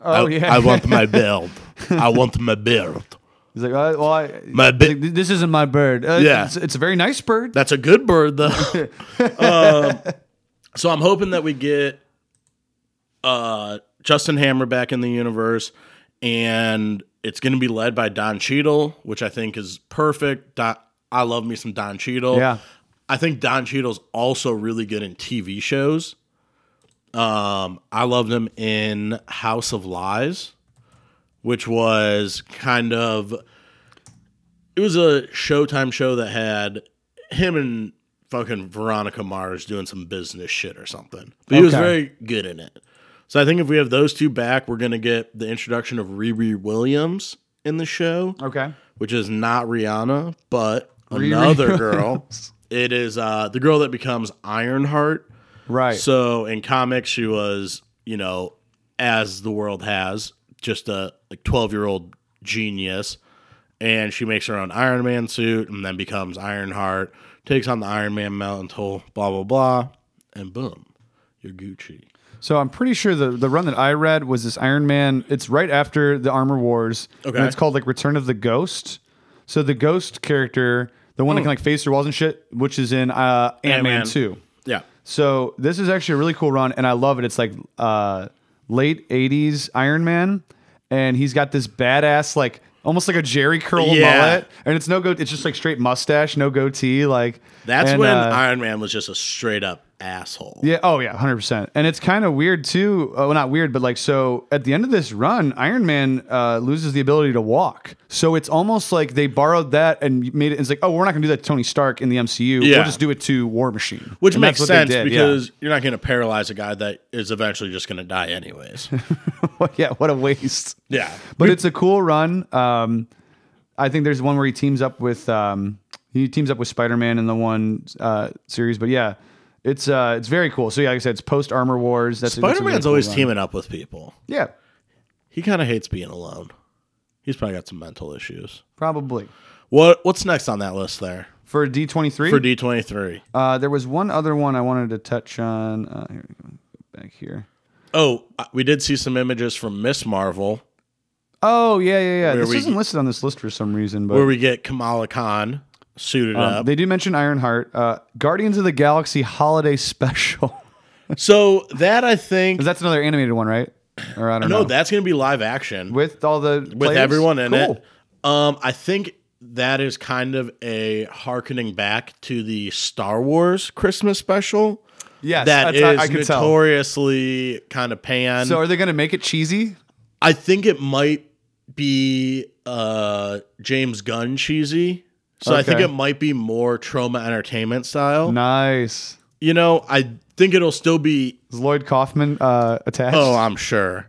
B: Oh
A: I,
B: yeah,
A: I want my build. I want my build.
B: He's like, uh, well, I,
A: My bi-
B: he's like, this isn't my bird. Uh,
A: Yeah.
B: it's, it's a very nice bird.
A: That's a good bird, though. um, so I'm hoping that we get uh, Justin Hammer back in the universe, and it's going to be led by Don Cheadle, which I think is perfect. Don, I love me some Don Cheadle.
B: Yeah.
A: I think Don Cheadle's also really good in TV shows. Um, I loved him in House of Lies, which was kind of it was a Showtime show that had him and fucking Veronica Mars doing some business shit or something. But he was
B: Okay.
A: very good in it. So I think if we have those two back, we're gonna get the introduction of Riri Williams in the show,
B: Okay.
A: which is not Rihanna, but another girl. It is uh, the girl that becomes Ironheart.
B: Right.
A: So in comics, she was, you know, as the world has, just a like twelve year old genius, and she makes her own Iron Man suit and then becomes Ironheart, takes on the Iron Man mantle, blah blah blah, and boom, you're Gucci.
B: So I'm pretty sure the, the run that I read was this Iron Man. It's right after the Armor Wars.
A: Okay.
B: And it's called like Return of the Ghost. So the ghost character, the one that can like face through walls and shit, which is in uh, Ant Man
A: Hmm. Ant-Man.
B: 2.
A: Yeah,
B: So this is actually a really cool run, and I love it. It's like uh, late '80s Iron Man, and he's got this badass, like almost like a Jerry curl
A: Yeah.
B: mullet, and it's no go. It's just like straight mustache, no goatee. Like
A: that's
B: and,
A: when
B: uh,
A: Iron Man was just a straight up asshole.
B: yeah. Oh yeah, hundred percent. And it's kind of weird too. uh, Well, not weird, but like so. At the end of this run, Iron Man uh, loses the ability to walk. So it's almost like they borrowed that and made it. It's like, oh, we're not going to do that to Tony Stark in the MCU.
A: Yeah.
B: We'll just do it to War Machine,
A: Which
B: And that's
A: makes
B: what they
A: sense
B: did, yeah.
A: because you're not going to paralyze a guy that is eventually just going to die anyways.
B: yeah, what a waste.
A: yeah.
B: but it's a cool run. Um, I think there's one where he teams up with um, he teams up with Spider Man in the one uh, series. But yeah, it's uh, it's very cool. So yeah, like I said, it's post Armor Wars. That's that's
A: Spider
B: really
A: Man's
B: cool
A: always
B: run.
A: teaming up with people.
B: Yeah,
A: He kind of hates being alone. He's probably got some mental issues.
B: probably
A: What What's next on that list there
B: for D twenty
A: for
B: three.
A: D twenty three?
B: There was one other one I wanted to touch on. Uh, here we go. Go back here.
A: Oh, uh, we did see some images from Miss Marvel
B: Oh yeah, yeah, yeah.
A: Where
B: this
A: we-
B: isn't listed on this list for some reason, but
A: where we uh, get Kamala Khan suited
B: um,
A: up.
B: they do mention Ironheart, uh, Guardians of the Galaxy Holiday Special.
A: so that I think
B: 'Cause that's another animated one, right? Or I don't
A: no,
B: know.
A: that's going to be live action with,
B: with all the players?
A: everyone in
B: Cool.
A: it. Um, I think that is kind of a harkening back to the Star Wars Christmas special.
B: Yes,
A: that is
B: that's- I, I could tell.
A: notoriously kind of panned.
B: So are they going to make it cheesy?
A: I think it might be uh James Gunn cheesy. So I think
B: Okay.
A: it might be more trauma entertainment style.
B: Nice.
A: You know, I think it'll still be
B: Is Lloyd Kaufman uh, attached?
A: oh, I'm sure.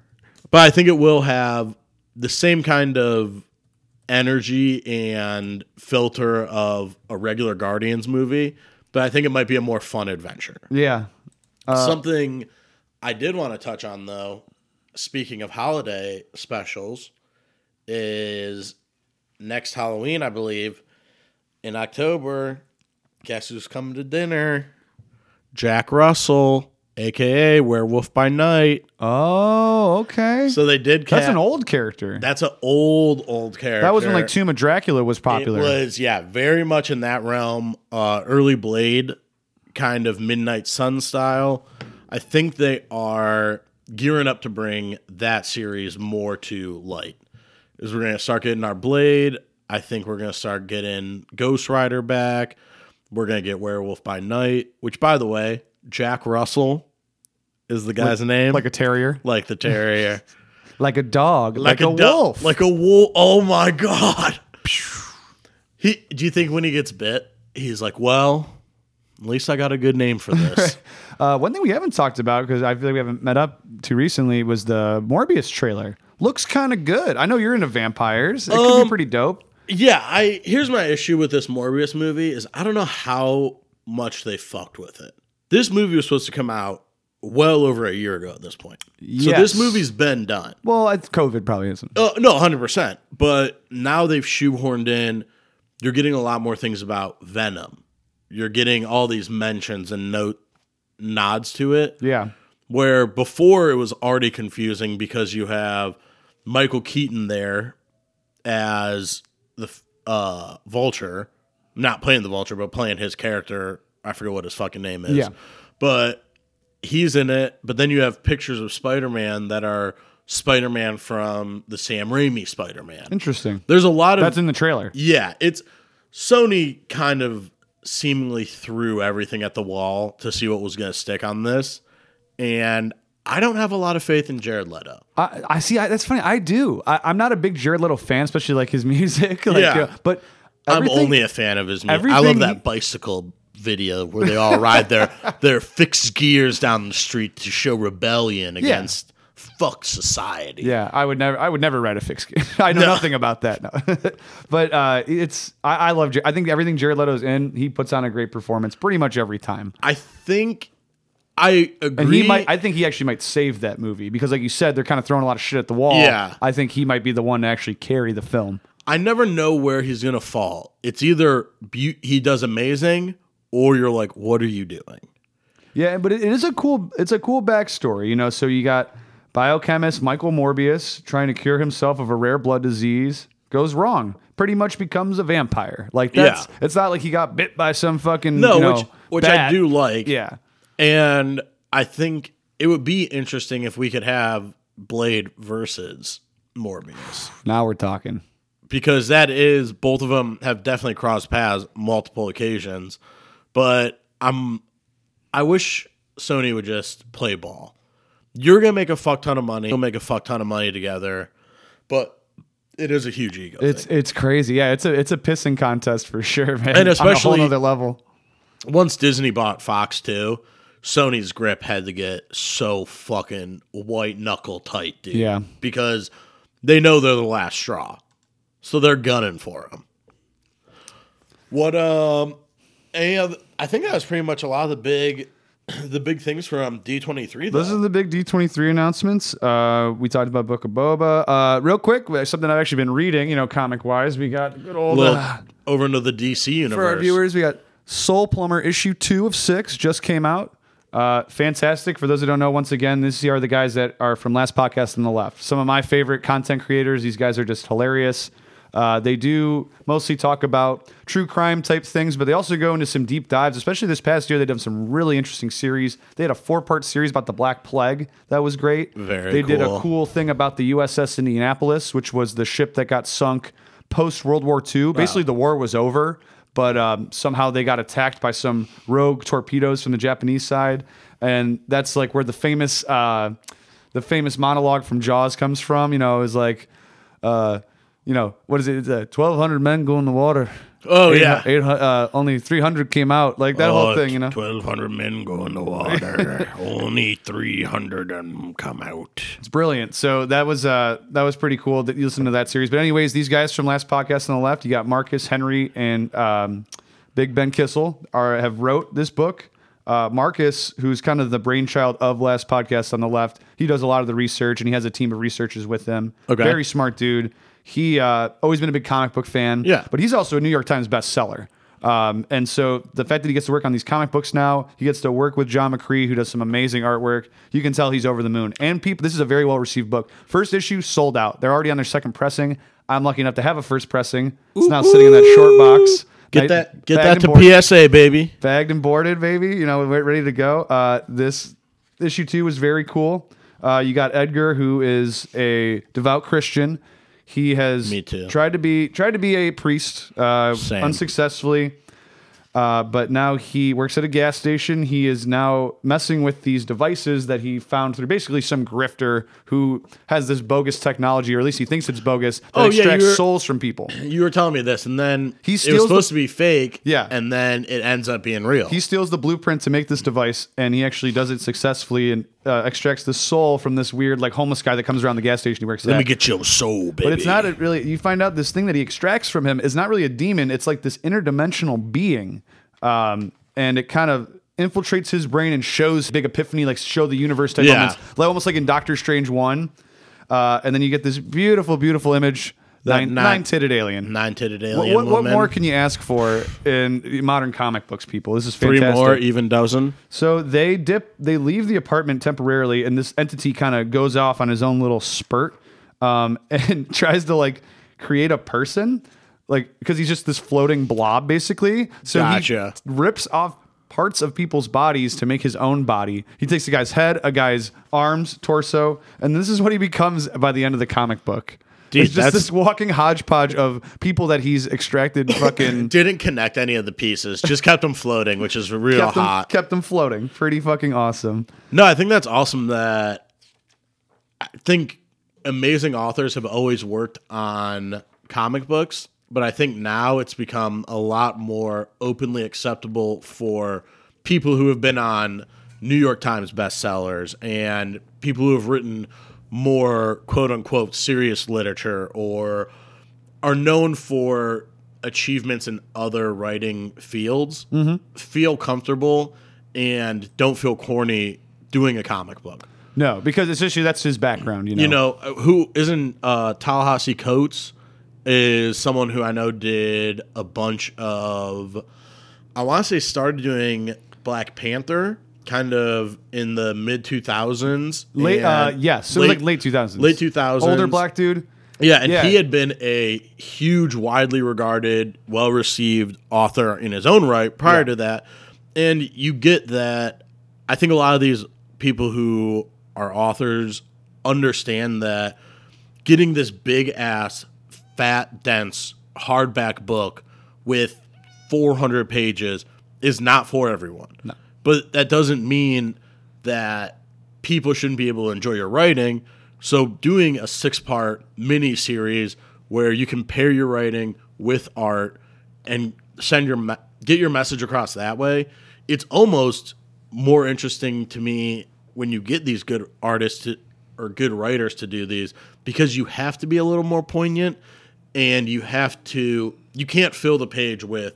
A: But I think it will have the same kind of energy and filter of a regular Guardians movie, but I think it might be a more fun adventure.
B: yeah.
A: Something I did want to touch on, though, speaking of holiday specials, is next Halloween, I believe, in October. Guess who's coming to dinner? Jack Russell, aka Werewolf by Night.
B: Oh, okay.
A: So they did. Ca-
B: that's an old character. That,
A: That's an old, old character.
B: was when like Tomb of Dracula was popular.
A: It was, yeah, very much in that realm. Uh, early Blade, kind of Midnight Sun style. I think they are gearing up to bring that series more to light. Is we're gonna start getting our Blade. I think we're gonna start getting Ghost Rider back. We're gonna get Werewolf by Night, which, by the way, Jack Russell is the guy's name,
B: like a terrier,
A: like the terrier,
B: like a dog, like, a,
A: du-
B: wolf.
A: like a wolf. Oh my god! He, do you think when he gets bit, he's like, "Well, at least I got a good name for this."
B: uh, one thing we haven't talked about because I feel like we haven't met up too recently was the Morbius trailer. Looks kind of good. I know you're into vampires. It could be pretty dope.
A: yeah, I here's my issue with this Morbius movie is I don't know how much they fucked with it. This movie was supposed to come out well over a year ago at this point, so
B: Yes.
A: this movie's been done.
B: Well, it's COVID probably isn't.
A: Uh, no, hundred percent. But now they've shoehorned in. You're getting a lot more things about Venom. You're getting all these mentions and note nods to it.
B: Yeah.
A: Where before it was already confusing because you have Michael Keaton there as the f- uh, Vulture, not playing the Vulture, but playing his character. I forget what his fucking name is.
B: Yeah.
A: But he's in it. But then you have pictures of Spider Man that are Spider Man from the Sam Raimi Spider Man.
B: Interesting.
A: There's a lot of
B: That's in the trailer.
A: yeah, it's Sony kind of seemingly threw everything at the wall to see what was going to stick on this. And I don't have a lot of faith in Jared Leto.
B: I, I see. I, that's funny. I do. I, I'm not a big Jared Little fan, especially like his music. like,
A: Yeah.
B: uh, but
A: I'm
B: everything-
A: only a fan of his music. I
B: everything
A: love
B: he-
A: that bicycle video where they all ride their their fixed gears down the street to show rebellion against fuck society.
B: Yeah, I would never. I would never write a fixed game. I know nothing about that. No. but uh, it's. I, I love. Jar- I think everything Jared Leto's in, he puts on a great performance pretty much every time.
A: I think I agree.
B: And he might. I think he actually might save that movie because, like you said, they're kind of throwing a lot of shit at the wall.
A: Yeah.
B: I think he might be the one to actually carry the film.
A: I never know where he's gonna fall. It's either be- he does amazing, or you're like, what are you doing?
B: Yeah, but it, it is a cool. It's a cool backstory, you know. So you got biochemist Michael Morbius trying to cure himself of a rare blood disease. Goes wrong. Pretty much becomes a vampire. Like that's.
A: Yeah.
B: It's not like he got bit by some fucking.
A: No,
B: you know,
A: which which I
B: bat.
A: do like.
B: Yeah.
A: And I think it would be interesting if we could have Blade versus Morbius
B: Now we're talking.
A: because that is both of them have definitely crossed paths multiple occasions, but I'm I wish Sony would just play ball. You're going to make a fuck ton of money. You'll make a fuck ton of money together, but it is a huge ego.
B: It's it's crazy. Yeah, it's a it's a pissing contest for sure, man.
A: And especially-
B: on a whole other level.
A: once Disney bought Fox too, Sony's grip had to get so fucking white knuckle tight, dude.
B: Yeah.
A: Because they know they're the last straw. So they're gunning for them. What um any other, I think that was pretty much a lot of the big the big things from D23 though.
B: Those are the big D23 announcements. Uh, we talked about Book of Boba. Uh, real quick, something I've actually been reading, you know, comic wise. We got good old
A: Look,
B: uh,
A: over into the DC universe.
B: for our viewers, we got Soul Plumber issue two of six just came out. Uh, fantastic. For those who don't know, once again, these are the guys that are from Last Podcast on the Left. Some of my favorite content creators. These guys are just hilarious. Uh, they do mostly talk about true crime type things, but they also go into some deep dives. Especially this past year, they've done some really interesting series. They had a four part series about the Black Plague that was great.
A: Very
B: They did
A: cool.
B: a cool thing about the USS Indianapolis, which was the ship that got sunk post World War II. Basically, the war was over, but um, somehow they got attacked by some rogue torpedoes from the Japanese side, and that's like where the famous uh, the famous monologue from Jaws comes from. You know, is like. Uh, you know what is it? It's, uh, Twelve hundred men go in the water.
A: Oh,
B: Eight-
A: yeah. Oh,
B: eight, hu- uh, only three hundred came out. Like that whole thing, you know.
A: Twelve hundred men go in the water. Only three hundred of 'em come out.
B: It's brilliant. So that was uh that was pretty cool that you listened to that series. But anyways, these guys from last podcast on the left, you got Marcus Henry and um, Big Ben Kissel are have wrote this book. Uh, Marcus, who's kind of the brainchild of last podcast on the left, he does a lot of the research and he has a team of researchers with him.
A: Okay.
B: very smart dude. He uh, always been a big comic book fan.
A: Yeah.
B: but he's also a New York Times bestseller. Um, and so the fact that he gets to work on these comic books now, he gets to work with John McCree, who does some amazing artwork. You can tell he's over the moon. And people, this is a very well received book. First issue sold out. They're already on their second pressing. I'm lucky enough to have a first pressing. It's now sitting in that short box.
A: Get
B: Nice-
A: that get
B: bagged
A: that
B: and
A: to
B: boarded
A: PSA, baby.
B: bagged and boarded, baby. You know, we're ready to go. Uh, this issue two was very cool. Uh, you got Edgar, who is a devout Christian. He has
A: Me too.
B: tried to be tried to be a priest uh,
A: Same.
B: unsuccessfully, uh, but now he works at a gas station. He is now messing with these devices that he found through basically some grifter who has this bogus technology, or at least he thinks it's bogus. That
A: Oh, yeah,
B: extracts
A: you're-
B: souls from people.
A: You were telling me this, and then
B: He
A: it was
B: steals
A: supposed to be fake.
B: Yeah.
A: and then it ends up being real.
B: he steals the blueprint to make this device and he actually does it successfully and uh, extracts the soul from this weird like homeless guy that comes around the gas station he works
A: Let me
B: at
A: get your soul, baby.
B: but it's not a really you find out this thing that he extracts from him is not really a demon it's like this interdimensional being um, and it kind of infiltrates his brain and shows big epiphany like show the universe type
A: Yeah.
B: moments like, almost like in doctor strange 1 uh, and then you get this beautiful beautiful image nine,
A: nine-
B: nine-titted alien
A: nine-titted alien
B: What- what, what
A: woman.
B: more can you ask for in modern comic books, people? This is
A: Three
B: fantastic.
A: more, even dozen.
B: So they dip, they leave the apartment temporarily, and this entity kind of goes off on his own little spurt um, and tries to like create a person. like because he's just this floating blob basically. So
A: Gotcha.
B: he rips off parts of people's bodies to make his own body. He takes a guy's head, a guy's arms, torso, and this is what he becomes by the end of the comic book.
A: Dude,
B: it's just
A: that's-
B: this walking hodgepodge of people that he's extracted fucking
A: Didn't connect any of the pieces. Just kept them floating, which is real
B: kept them,
A: hot.
B: kept them floating. Pretty fucking awesome.
A: No, I think that's awesome that I think amazing authors have always worked on comic books, but I think now it's become a lot more openly acceptable for people who have been on New York Times bestsellers and people who have written more quote unquote serious literature or are known for achievements in other writing fields
B: Mm-hmm.
A: feel comfortable and don't feel corny doing a comic book.
B: No, because it's just that's his background, you know.
A: You know, who isn't uh, Tallahassee Coates is someone who I know did a bunch of, I want to say started doing Black Panther kind of in the mid 2000s.
B: late uh
A: and-
B: yes, so it was like late 2000s.
A: late 2000s.
B: Older black dude.
A: Yeah, and
B: Yeah.
A: he had been a huge, widely regarded, well received author in his own right prior to that. And you get that. I think a lot of these people who are authors understand that getting this big ass, fat, dense, hardback book with 400 pages is not for everyone. But that doesn't mean that people shouldn't be able to enjoy your writing. So, doing a six part mini series where you can pair your writing with art and send your me- get your message across that way, it's almost more interesting to me when you get these good artists to, or good writers to do these because you have to be a little more poignant and you have to you can't fill the page with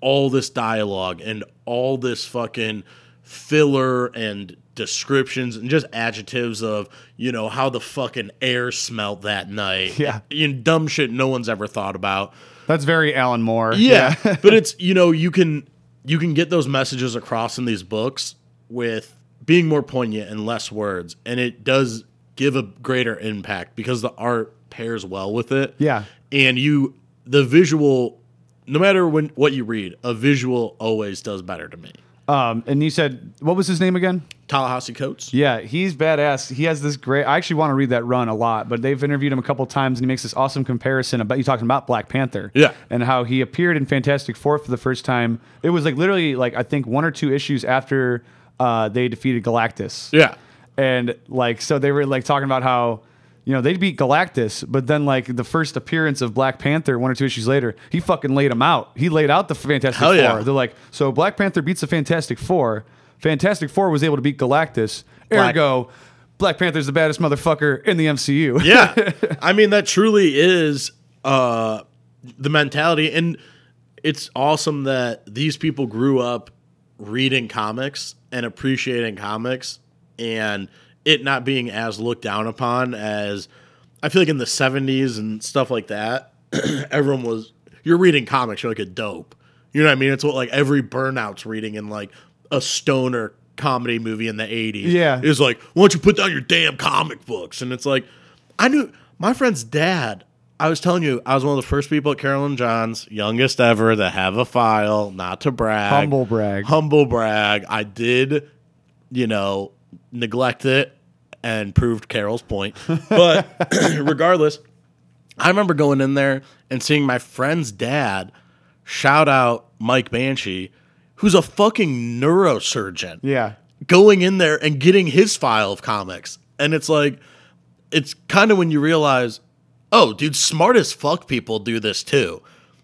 A: all this dialogue and all this fucking filler and descriptions and just adjectives of you know how the fucking air smelled that night
B: Yeah.
A: you know, dumb shit no one's ever thought about
B: That's very Alan Moore.
A: yeah, but it's you know you can you can get those messages across in these books with being more poignant and less words, and it does give a greater impact because the art pairs well with it.
B: Yeah.
A: and you the visual, no matter when what you read, a visual always does better to me.
B: Um, and you said what was his name again?
A: Tallahassee Coates.
B: Yeah, he's badass. He has this great. I actually want to read that run a lot, but they've interviewed him a couple times, and he makes this awesome comparison about you talking about Black Panther.
A: Yeah.
B: and how he appeared in Fantastic Four for the first time. It was like literally like I think one or two issues after uh, they defeated Galactus.
A: Yeah,
B: And like, so they were like talking about how, you know, they'd beat Galactus, but then like the first appearance of Black Panther, one or two issues later, he fucking laid him out. He laid out the Fantastic
A: Hell
B: Four.
A: yeah.
B: They're like, so Black Panther beats the Fantastic Four. Fantastic Four was able to beat Galactus.
A: Black-
B: Ergo, Black Panther's the baddest motherfucker in the MCU.
A: yeah. I mean, that truly is uh, the mentality. And it's awesome that these people grew up reading comics and appreciating comics and it not being as looked down upon as I feel like in the 70s and stuff like that, everyone was, you're reading comics, you're like a dope. You know what I mean? It's what like every burnout's reading in like a stoner comedy movie in the 80s
B: Yeah.
A: is like, why don't you put down your damn comic books? And it's like, I knew my friend's dad. I was telling you, I was one of the first people at Carolyn John's, youngest ever, to have a file, not to brag.
B: Humble brag.
A: Humble brag. I did, you know, neglect it and proved Carol's point. But regardless, I remember going in there and seeing my friend's dad shout out Mike Banshee, who's a fucking neurosurgeon
B: Yeah.
A: going in there and getting his file of comics. And it's like, it's kind of when you realize, oh, dude, smart as fuck people do this too.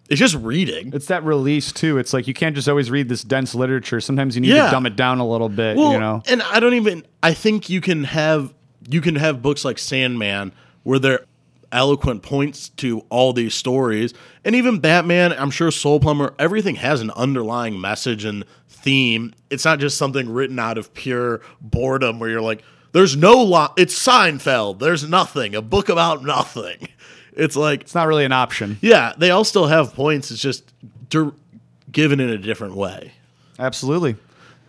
A: It's just reading.
B: It's that release too. It's like you can't just always read this dense literature. Sometimes you need
A: Yeah.
B: to dumb it down a little bit,
A: Well,
B: you know.
A: and I don't even. I think you can have you can have books like Sandman where they're eloquent points to all these stories, and even Batman. I'm sure Soul Plumber. Everything has an underlying message and theme. It's not just something written out of pure boredom where you're like, "There's no lot." It's Seinfeld. There's nothing. A book about nothing. It's like,
B: It's not really an option.
A: yeah, they all still have points. It's just dir- given in a different way.
B: Absolutely.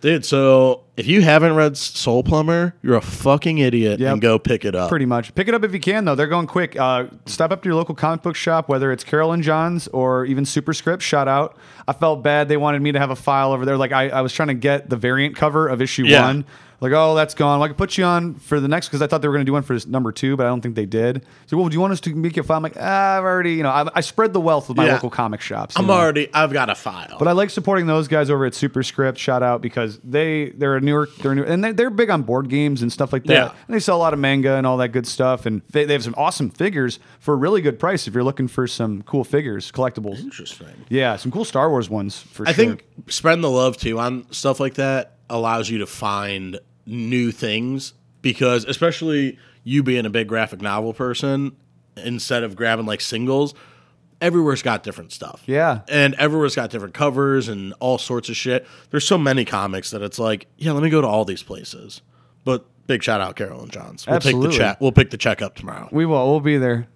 A: Dude, so if you haven't read Soul Plumber, you're a fucking idiot
B: Yep.
A: and go pick it up.
B: Pretty much. Pick it up if you can, though. They're going quick. Uh, stop up to your local comic book shop, whether it's Carolyn John's or even Superscript. Shout out. I felt bad. They wanted me to have a file over there. Like, I, I was trying to get the variant cover of issue
A: Yeah.
B: one. Like, oh, that's gone. Well, I could put you on for the next because I thought they were going to do one for this number two, but I don't think they did. So, well, do you want us to make you a file? I'm like, ah, I've already, you know, I, I spread the wealth with my
A: Yeah.
B: local comic shops. you
A: I'm
B: know?
A: already, I've got a file.
B: But I like supporting those guys over at Superscript. Shout out because they they're a newer they're new and they, they're big on board games and stuff like that.
A: Yeah.
B: And they sell a lot of manga and all that good stuff. And they, they have some awesome figures for a really good price if you're looking for some cool figures, collectibles.
A: Interesting.
B: Yeah, some cool Star Wars ones for
A: I
B: sure.
A: think spreading the love too on stuff like that allows you to find new things because, especially you being a big graphic novel person, instead of grabbing like singles, everywhere's got different stuff.
B: Yeah.
A: And everywhere's got different covers and all sorts of shit. There's so many comics that it's like, yeah, let me go to all these places. But big shout out, Carolyn Johns. We'll take
B: Absolutely.
A: the chat. We'll pick the check up tomorrow.
B: We will. We'll be there.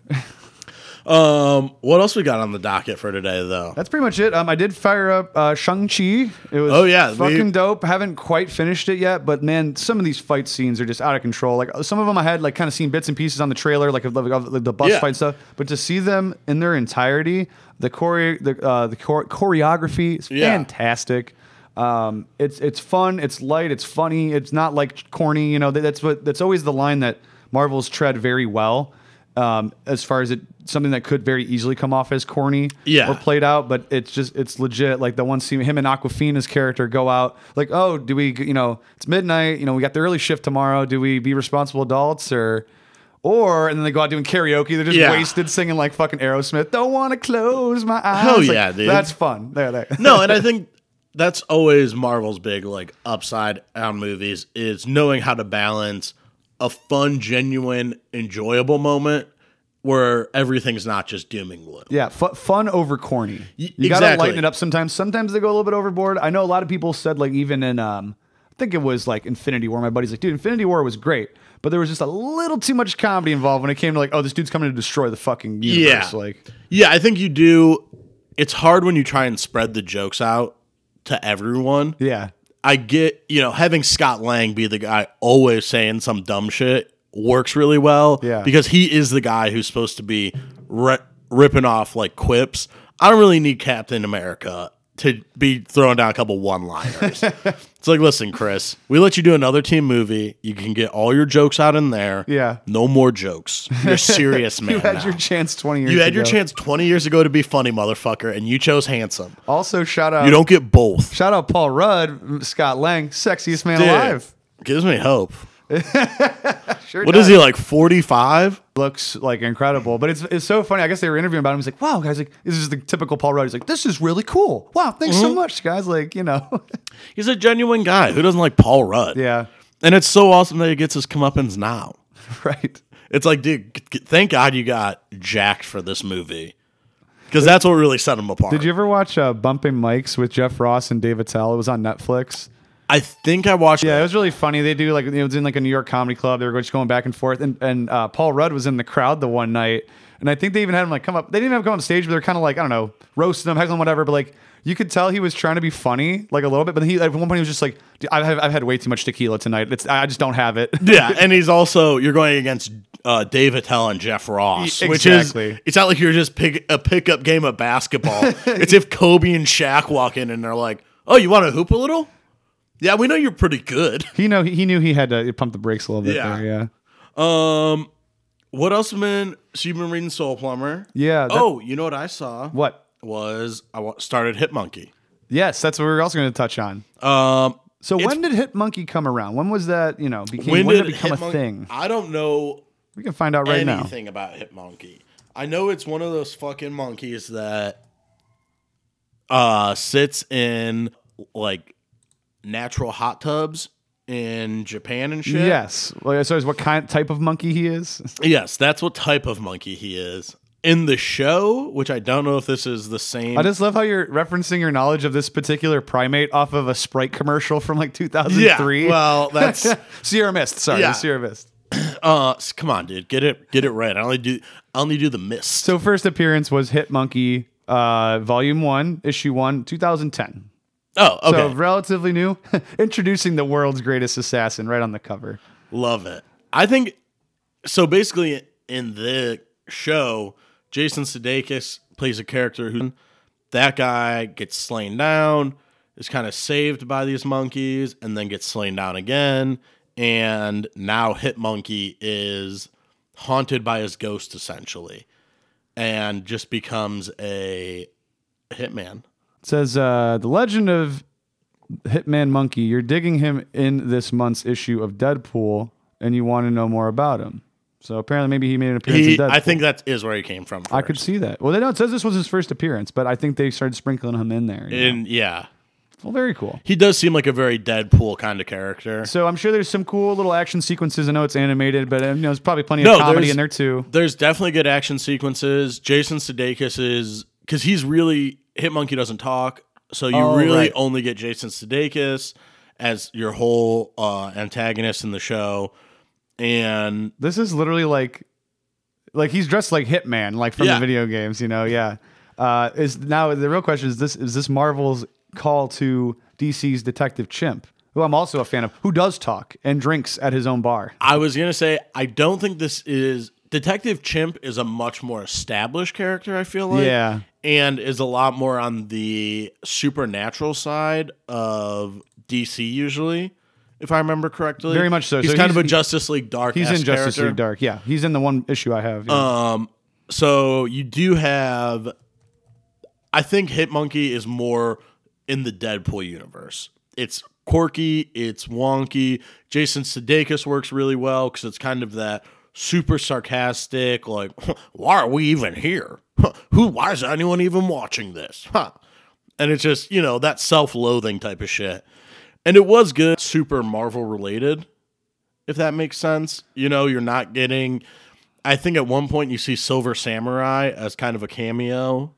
A: Um, what else we got on the docket for today though?
B: That's pretty much it. Um, I did fire up uh, Shang Chi. It was
A: Oh, yeah,
B: fucking
A: we-
B: dope. Haven't quite finished it yet, but man, some of these fight scenes are just out of control. Like uh, some of them, I had like kind of seen bits and pieces on the trailer, like of the, of the bus
A: Yeah.
B: fight stuff. But to see them in their entirety, the chore, the uh, the chore- choreography is
A: Yeah.
B: fantastic. Um, it's it's fun. It's light. It's funny. It's not like corny. You know, that- that's what that's always the line that Marvel's tread very well. Um, as far as it something that could very easily come off as corny
A: Yeah.
B: or played out, but it's just it's legit. Like the one scene, him and Aquafina's character go out. Like, oh, do we? You know, it's midnight. You know, we got the early shift tomorrow. Do we be responsible adults or? Or and then they go out doing karaoke. They're just
A: Yeah.
B: wasted singing like fucking Aerosmith. Don't want to close my eyes.
A: Hell
B: Like,
A: yeah, dude.
B: That's fun. There, there.
A: no, and I think that's always Marvel's big like upside on movies is knowing how to balance a fun, genuine, enjoyable moment where everything's not just doom and gloom.
B: Yeah, fu- fun over corny. You gotta
A: exactly.
B: lighten it up sometimes. Sometimes they go a little bit overboard. I know a lot of people said like even in um, I think it was like Infinity War. My buddy's like, dude, Infinity War was great, but there was just a little too much comedy involved when it came to like, oh, this dude's coming to destroy the fucking universe.
A: Yeah.
B: Like,
A: Yeah, I think you do. It's hard when you try and spread the jokes out to everyone.
B: yeah,
A: I get, you know, having Scott Lang be the guy always saying some dumb shit works really well.
B: Yeah.
A: Because he is the guy who's supposed to be ri- ripping off like quips. I don't really need Captain America to be throwing down a couple one liners. it's like, listen, Chris, we let you do another team movie. You can get all your jokes out in there.
B: Yeah.
A: No more jokes. You're a serious, man.
B: you had
A: now.
B: your chance twenty years.
A: You had your
B: ago.
A: chance 20 years ago to be funny, motherfucker, and you chose handsome.
B: Also, shout out.
A: You don't get both.
B: shout out Paul Rudd, Scott Lang, sexiest man
A: Dude,
B: alive.
A: Gives me hope.
B: Sure
A: What
B: does.
A: is he like? Forty five?
B: looks like incredible. But it's it's so funny. I guess they were interviewing about him. He's like, wow, guys, like this is the typical Paul Rudd. He's like, this is really cool. Wow, thanks so much, guys. Like, you know,
A: He's a genuine guy who doesn't like Paul Rudd.
B: yeah,
A: and it's so awesome that he gets his comeuppance now.
B: right.
A: It's like, dude, g- g- thank God you got jacked for this movie because that's what really set him apart.
B: Did you ever watch uh, Bumping Mics with Jeff Ross and Dave Attell? It was on Netflix.
A: I think I watched.
B: Yeah, it was really funny. They do like it was in like a New York comedy club. They were just going back and forth, and and uh, Paul Rudd was in the crowd the one night, and I think they even had him like come up. They didn't have him come up stage, but they're kind of like I don't know, roasting him, heckling, whatever. But like you could tell he was trying to be funny, like a little bit. But he at one point he was just like, "Dude, I've, I've had way too much tequila tonight. It's I just don't have it.
A: Yeah, and he's also you're going against uh, Dave Attell and Jeff Ross,
B: Y-
A: which is
B: exactly.
A: it's not like you're just pick a pickup game of basketball. it's if Kobe and Shaq walk in and they're like, "Oh, you want to hoop a little? Yeah, we know you're pretty good."
B: he know he knew he had to pump the brakes a little bit
A: Yeah.
B: there. Yeah,
A: Um, what else have been? So you've been reading Soul Plumber.
B: yeah. that-
A: oh, you know what I saw
B: what?
A: was I wa- started Hitmonkey.
B: Yes, that's what we were also going to touch on.
A: Um,
B: So when did Hitmonkey come around? When was that? You know, became,
A: when,
B: when,
A: did,
B: did it become
A: Hitmon-
B: a thing?
A: I don't know
B: We can find out right now.
A: anything about Hitmonkey. I know it's one of those fucking monkeys that uh sits in like natural hot tubs in Japan and shit.
B: Yes. Well, so is what kind type of monkey he is?
A: Yes, that's what type of monkey he is. In the show, which I don't know if this is the same.
B: I just love how you're referencing your knowledge of this particular primate off of a Sprite commercial from like 2003.
A: Yeah, well, that's-
B: Sierra Mist. Sorry,
A: Yeah.
B: Sierra Mist.
A: uh s- come on, dude. Get it get it right. I only do I only do the mist.
B: So first appearance was Hit Monkey, uh, Volume One, Issue One, 2010.
A: Oh, okay.
B: So relatively new. Introducing the world's greatest assassin right on the cover.
A: Love it. I think so. Basically, in the show, Jason Sudeikis plays a character who that guy gets slain down, is kind of saved by these monkeys, and then gets slain down again. And now Hit Monkey is haunted by his ghost essentially, and just becomes a hitman.
B: It says uh, the legend of Hitman Monkey. You're digging him in this month's issue of Deadpool, and you want to know more about him. So apparently, maybe he made an appearance.
A: He,
B: in Deadpool.
A: I think that is where he came from.
B: I could see that. Well, they know it says this was his first appearance, but I think they started sprinkling him in there. you know?
A: and yeah,
B: well, very cool.
A: he does seem like a very Deadpool kind of character.
B: So I'm sure there's some cool little action sequences. I know it's animated, but uh, you know, there's probably plenty
A: No,
B: of comedy
A: there's-
B: in there too.
A: There's definitely good action sequences. Jason Sudeikis is because he's really Hitmonkey doesn't talk, so you
B: Oh,
A: really
B: right.
A: only get Jason Sudeikis as your whole uh, antagonist in the show, and
B: This is literally like, like he's dressed like Hitman, like from
A: Yeah.
B: the video games. You know, yeah. Uh, is now the real question is this: is this Marvel's call to DC's Detective Chimp, who I'm also a fan of, who does talk and drinks at his own bar?
A: I was gonna say I don't think this is Detective Chimp is a much more established character. I feel like
B: Yeah.
A: and is a lot more on the supernatural side of DC usually, if I remember correctly.
B: Very much so.
A: He's
B: So
A: kind
B: he's-
A: of a Justice League Dark.
B: He's in Justice
A: character. Uh.
B: League Dark. Yeah, he's in the one issue I have. yeah.
A: So you do have. I think Hitmonkey is more in the Deadpool universe. It's quirky, it's wonky. Jason Sudeikis works really well because it's kind of that super sarcastic, like, why are we even here? Huh, Who? Why is anyone even watching this? Huh? And it's just you know that self-loathing type of shit. And it was good, super Marvel related if that makes sense. You know, you're not getting. I think at one point you see Silver Samurai as kind of a cameo,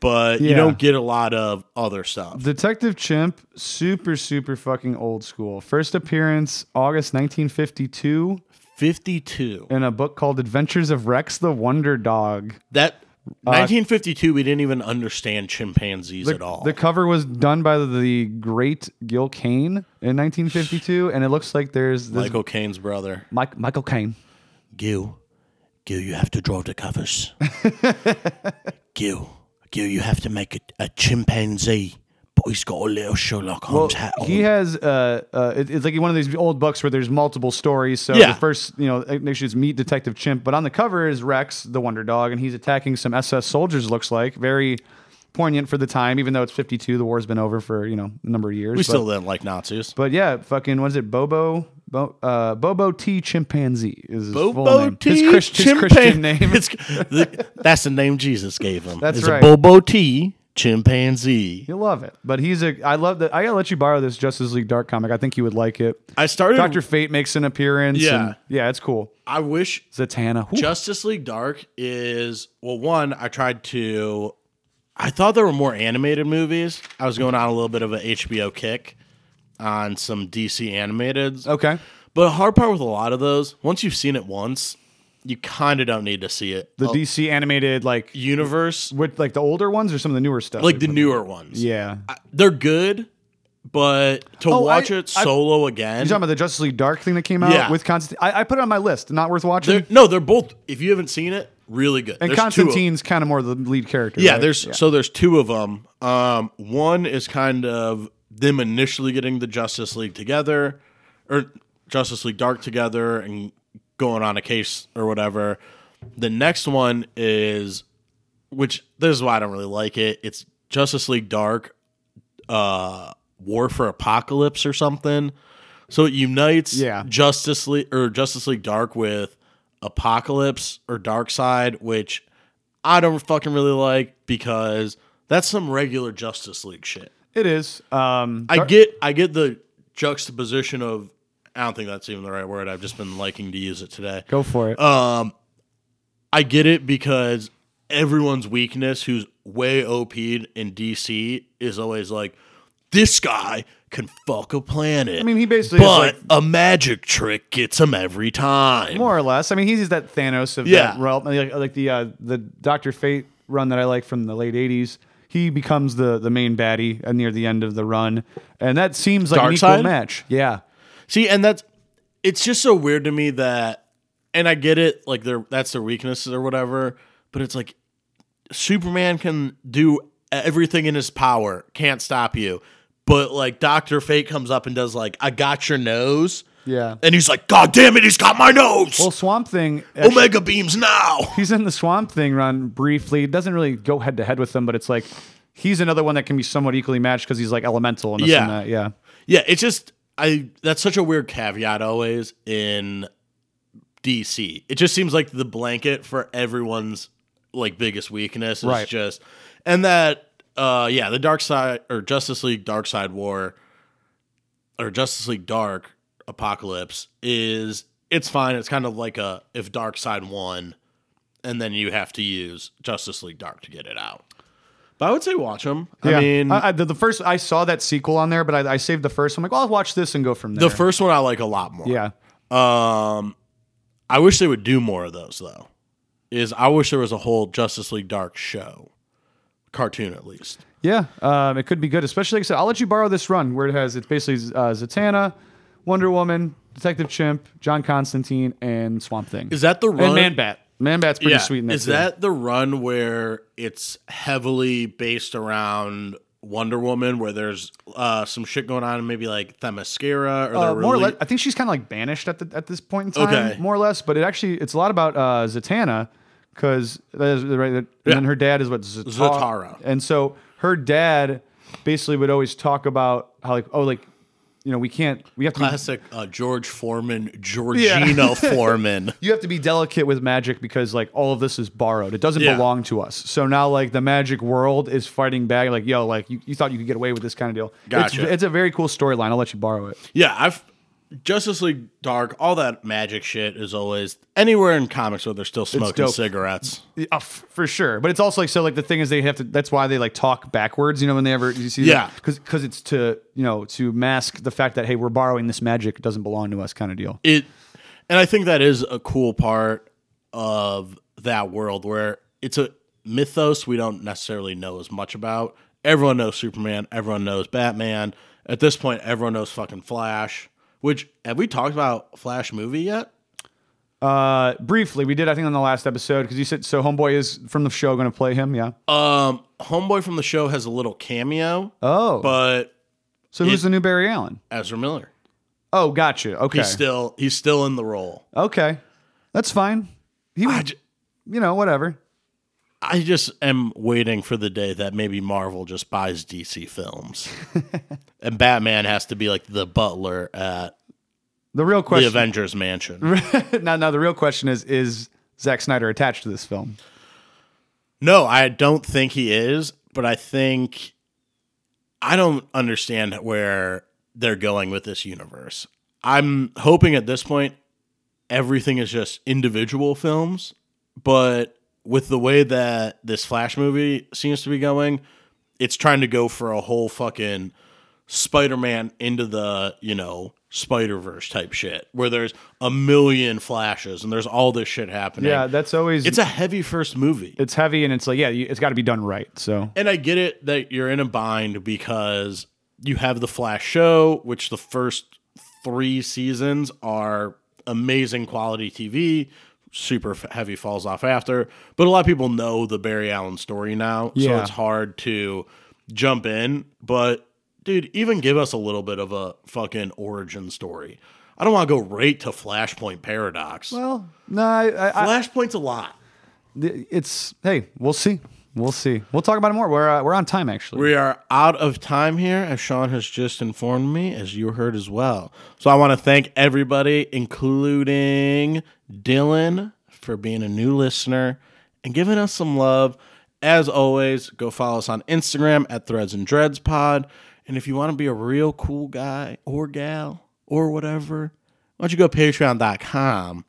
A: but you
B: Yeah.
A: don't get a lot of other stuff.
B: Detective Chimp, super, super fucking old school. First appearance, August 1952,
A: 52.
B: in a book called Adventures of Rex the Wonder Dog.
A: That 1952, we didn't even understand chimpanzees at all.
B: Uh, The cover was done by the great Gil Kane in 1952, and it looks like there's this
A: Michael Caine's brother.
B: Mike, Michael Kane.
A: Gil, Gil, you have to draw the covers. Gil, Gil, you have to make a, a chimpanzee, but he's got a little Sherlock Holmes hat on.
B: He has uh, uh it- it's like one of these old books where there's multiple stories. So
A: Yeah.
B: the first, you know, issue is Meet Detective Chimp, but on the cover is Rex, the Wonder Dog, and he's attacking some SS soldiers. Looks like very poignant for the time, even though it's 52. The war's been over for you know a number of years.
A: we
B: but,
A: still didn't like Nazis.
B: but yeah, fucking what is it, Bobo? Bo, uh, Bobo T. Chimpanzee is his full
A: Bobo
B: name.
A: T.
B: his, Christ- his
A: chimpan-
B: Christian name.
A: It's- the- that's the name Jesus gave him.
B: That's
A: it's
B: right.
A: A Bobo T. Chimpanzee.
B: You'll love it. But he's a. I love that. I gotta let you borrow this Justice League Dark comic. I think you would like it.
A: I started.
B: Doctor Fate makes an appearance.
A: Yeah.
B: and- yeah, it's cool.
A: I wish
B: Zatanna. Whew.
A: Justice League Dark is well. One, I tried to. I thought there were more animated movies. I was going on a little bit of a HBO kick on some DC animated.
B: okay.
A: But the hard part with a lot of those, once you've seen it once, you kind of don't need to see it.
B: The
A: The
B: DC animated like
A: universe,
B: with like the older ones or some of the newer stuff.
A: like the
B: they put-
A: newer ones,
B: Yeah.
A: they're good, but to
B: Oh,
A: watch
B: I-
A: it
B: I-
A: solo again,
B: you talking about the Justice League Dark thing that came out
A: Yeah.
B: with Constantine? I, I put it on my list. Not worth watching.
A: they're- no, they're both. If you haven't seen it, really good.
B: and
A: There's two of-
B: Constantine's kind of more the lead character.
A: yeah,
B: right?
A: there's so there's two of them. Um, one is kind of them initially getting the Justice League together, or Justice League Dark together, and going on a case or whatever. The next one is, which this is why I don't really like it. It's Justice League Dark, uh, War for Apocalypse or something. So it unites
B: Yeah.
A: Justice League or Justice League Dark with Apocalypse or Dark Side, which I don't fucking really like because that's some regular Justice League shit.
B: it is. Um,
A: I get I get the juxtaposition of I don't think that's even the right word. I've just been liking to use it today.
B: go for
A: Uh,
B: it.
A: I get it because everyone's weakness who's way OP'd in DC is always like this guy can fuck a planet.
B: I mean, he basically is
A: but
B: like-
A: a magic trick gets him every time.
B: more or less. I mean, he's that Thanos of
A: Yeah.
B: that realm, like, like the uh, the Doctor Fate run that I like from the late '80s. he becomes the the main baddie uh, near the end of the run, and that seems like an equal
A: Darkseid?
B: match. Yeah,
A: See, and that's it's just so weird to me that, and I get it, like their that's their weaknesses or whatever, but it's like Superman can do everything in his power, can't stop you, but like Doctor Fate comes up and does like, I got your nose,
B: yeah.
A: and he's like, God damn it, he's got my nose,
B: Well, Swamp Thing.
A: Omega beams now.
B: he's in the swamp thing run briefly It doesn't really go head to head with them but it's like he's another one that can be somewhat equally matched because he's like elemental and this
A: Yeah.
B: and that yeah
A: Yeah, it's just I that's such a weird caveat always in DC. It just seems like the blanket for everyone's like biggest weakness is
B: Right.
A: just and that uh yeah, the dark side or Justice League Dark Side War or Justice League Dark Apocalypse is it's fine. It's kind of like a if Dark Side won and then you have to use Justice League Dark to get it out. But I would say watch them.
B: Yeah.
A: I mean,
B: I, the, the first I saw that sequel on there, but I, I saved the first. I'm like, well, I'll watch this and go from there.
A: the first one I like a lot more.
B: yeah,
A: Um, I wish they would do more of those though. Is I wish there was a whole Justice League Dark show, cartoon at least.
B: yeah. Um, it could be good, especially like I said. I'll let you borrow this run where it has it's basically uh, Zatanna, Wonder Woman, Detective Chimp, John Constantine, and Swamp Thing,
A: Is that the run?
B: and Man Bat. Man Bat's pretty
A: yeah.
B: sweet. In
A: Is
B: too.
A: that the run where it's heavily based around Wonder Woman, where there's uh, some shit going on, maybe like Themyscira, or
B: Uh,
A: they're
B: more or
A: really-
B: less, I think she's kind of like banished at the, at this point in time,
A: Okay.
B: more or less. But it actually it's a lot about uh, Zatanna because that is right. That, And then her dad is what Zata-
A: Zatara.
B: and so her dad basically would always talk about how like oh like you know we can't we have to be,
A: classic uh, George Foreman, Georgina Foreman.
B: you have to be delicate with magic because like all of this is borrowed. It doesn't
A: Yeah.
B: belong to us. So now like the magic world is fighting back. Like yo like you, you thought you could get away with this kind of deal. It's-
A: Gotcha.
B: It's, a very cool storyline. I'll let you borrow it.
A: Yeah, I've Justice League Dark, all that magic shit is always anywhere in comics where they're still smoking
B: dope.
A: cigarettes.
B: Uh, f- for sure, but it's also like so. Like the thing is, they have to. That's why they like talk backwards. You know, when they ever you see,
A: Yeah.
B: because because it's to you know to mask the fact that hey, we're borrowing this magic. It doesn't belong to us, kind of deal.
A: It and I think that is a cool part of that world where it's a mythos we don't necessarily know as much about. Everyone knows Superman, everyone knows Batman. At this point, everyone knows fucking Flash. Which have we talked about Flash movie yet?
B: Uh, briefly, we did I think on the last episode because you said so. Homeboy is from the show going to play him. Yeah.
A: Um, Homeboy from the show has a little cameo,
B: oh,
A: but
B: so who's the new Barry Allen?
A: Ezra Miller.
B: Oh, gotcha. Okay.
A: He's still he's still in the role.
B: okay, that's fine. He
A: I
B: was,
A: j-
B: you know, whatever.
A: I just am waiting for the day that maybe Marvel just buys DC films, and Batman has to be like the butler at
B: The real
A: the
B: question.
A: Avengers Mansion.
B: now, now the real question is: Is Zack Snyder attached to this film?
A: No, I don't think he is, but I think I don't understand where they're going with this universe. I'm hoping at this point everything is just individual films, but with the way that this Flash movie seems to be going, it's trying to go for a whole fucking Spider-Man into the, you know, Spider-Verse type shit where there's a million flashes and there's all this shit happening.
B: Yeah, that's always
A: It's a heavy first movie.
B: it's heavy and it's like yeah you- it's got to be done right so
A: And I get it that you're in a bind because you have the Flash show, which the first three seasons are amazing quality TV. Super f- heavy falls off after, but a lot of people know the Barry Allen story now, so
B: Yeah.
A: it's hard to jump in. But dude, even give us a little bit of a fucking origin story. I don't want to go right to Flashpoint Paradox.
B: well no I, I, I,
A: Flashpoint's a lot.
B: it's hey we'll see we'll see we'll talk about it more we're uh, we're on time actually
A: We are out of time here, as Sean has just informed me, as you heard as well. So I want to thank everybody, including Dylan, for being a new listener and giving us some love. As always, go follow us on Instagram at Threads and Dreads Pod. And if you want to be a real cool guy or gal or whatever, why don't you go patreon.com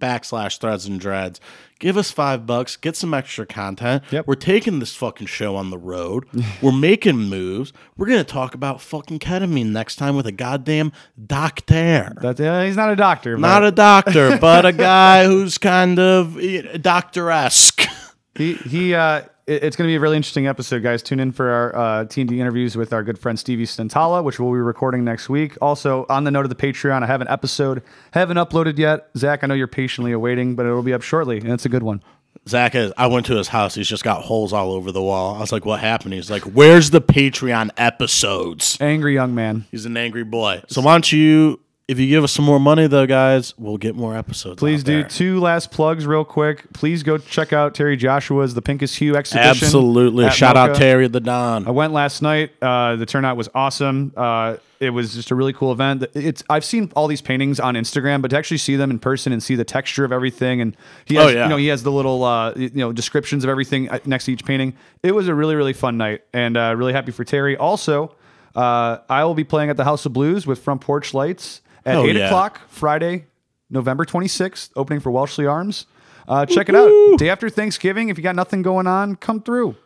A: backslash threads and dreads. Give us five bucks, get some extra content.
B: Yep.
A: We're taking this fucking show on the road. We're making moves. We're gonna talk about fucking ketamine next time with a goddamn doctor.
B: That- yeah, he's not a doctor
A: Not a doctor, but a guy who's kind of eh, doctor-esque.
B: he he uh it- it's going to be a really interesting episode, guys. Tune in for our uh, D interviews with our good friend Stevie Stentala, which we'll be recording next week. Also, on the note of the Patreon, I have an episode, haven't uploaded yet. Zach, I know you're patiently awaiting, but it'll be up shortly, and it's a good one.
A: Zach, is, I went to his house. He's just got holes all over the wall. I was like, "What happened?" He's like, "Where's the Patreon episodes?"
B: Angry young man.
A: He's an angry boy. So why don't you, if you give us some more money, though, guys, we'll get more episodes.
B: Please
A: out
B: do
A: there.
B: two last plugs real quick. Please go check out Terry Joshua's The Pinkest Hue exhibition.
A: Absolutely.
B: at
A: Shout out
B: Mocha.
A: Terry the Don.
B: I went last night. Uh, the turnout was awesome. Uh, it was just a really cool event. It's I've seen all these paintings on Instagram, but to actually see them in person and see the texture of everything, and he has,
A: Oh, yeah.
B: you know, he has the little uh, you know descriptions of everything uh, next to each painting. It was a really really fun night, and uh, really happy for Terry. Also, uh, I will be playing at the House of Blues with Front Porch Lights at
A: Oh,
B: eight
A: yeah.
B: o'clock Friday, November twenty sixth, opening for Wellesley Arms. Uh, check it out. Day after Thanksgiving, if you got nothing going on, come through.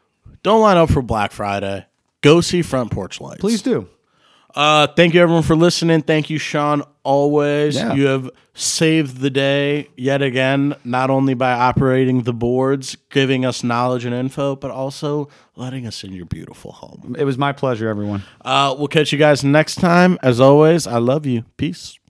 A: Don't line up for Black Friday. Go see Front Porch Lights.
B: Please do.
A: Uh, thank you, everyone, for listening. Thank you, Sean, always.
B: Yeah.
A: You have saved the day yet again, not only by operating the boards, giving us knowledge and info, but also letting us in your beautiful home.
B: It was my pleasure, everyone.
A: Uh, we'll catch you guys next time. As always, I love you. Peace.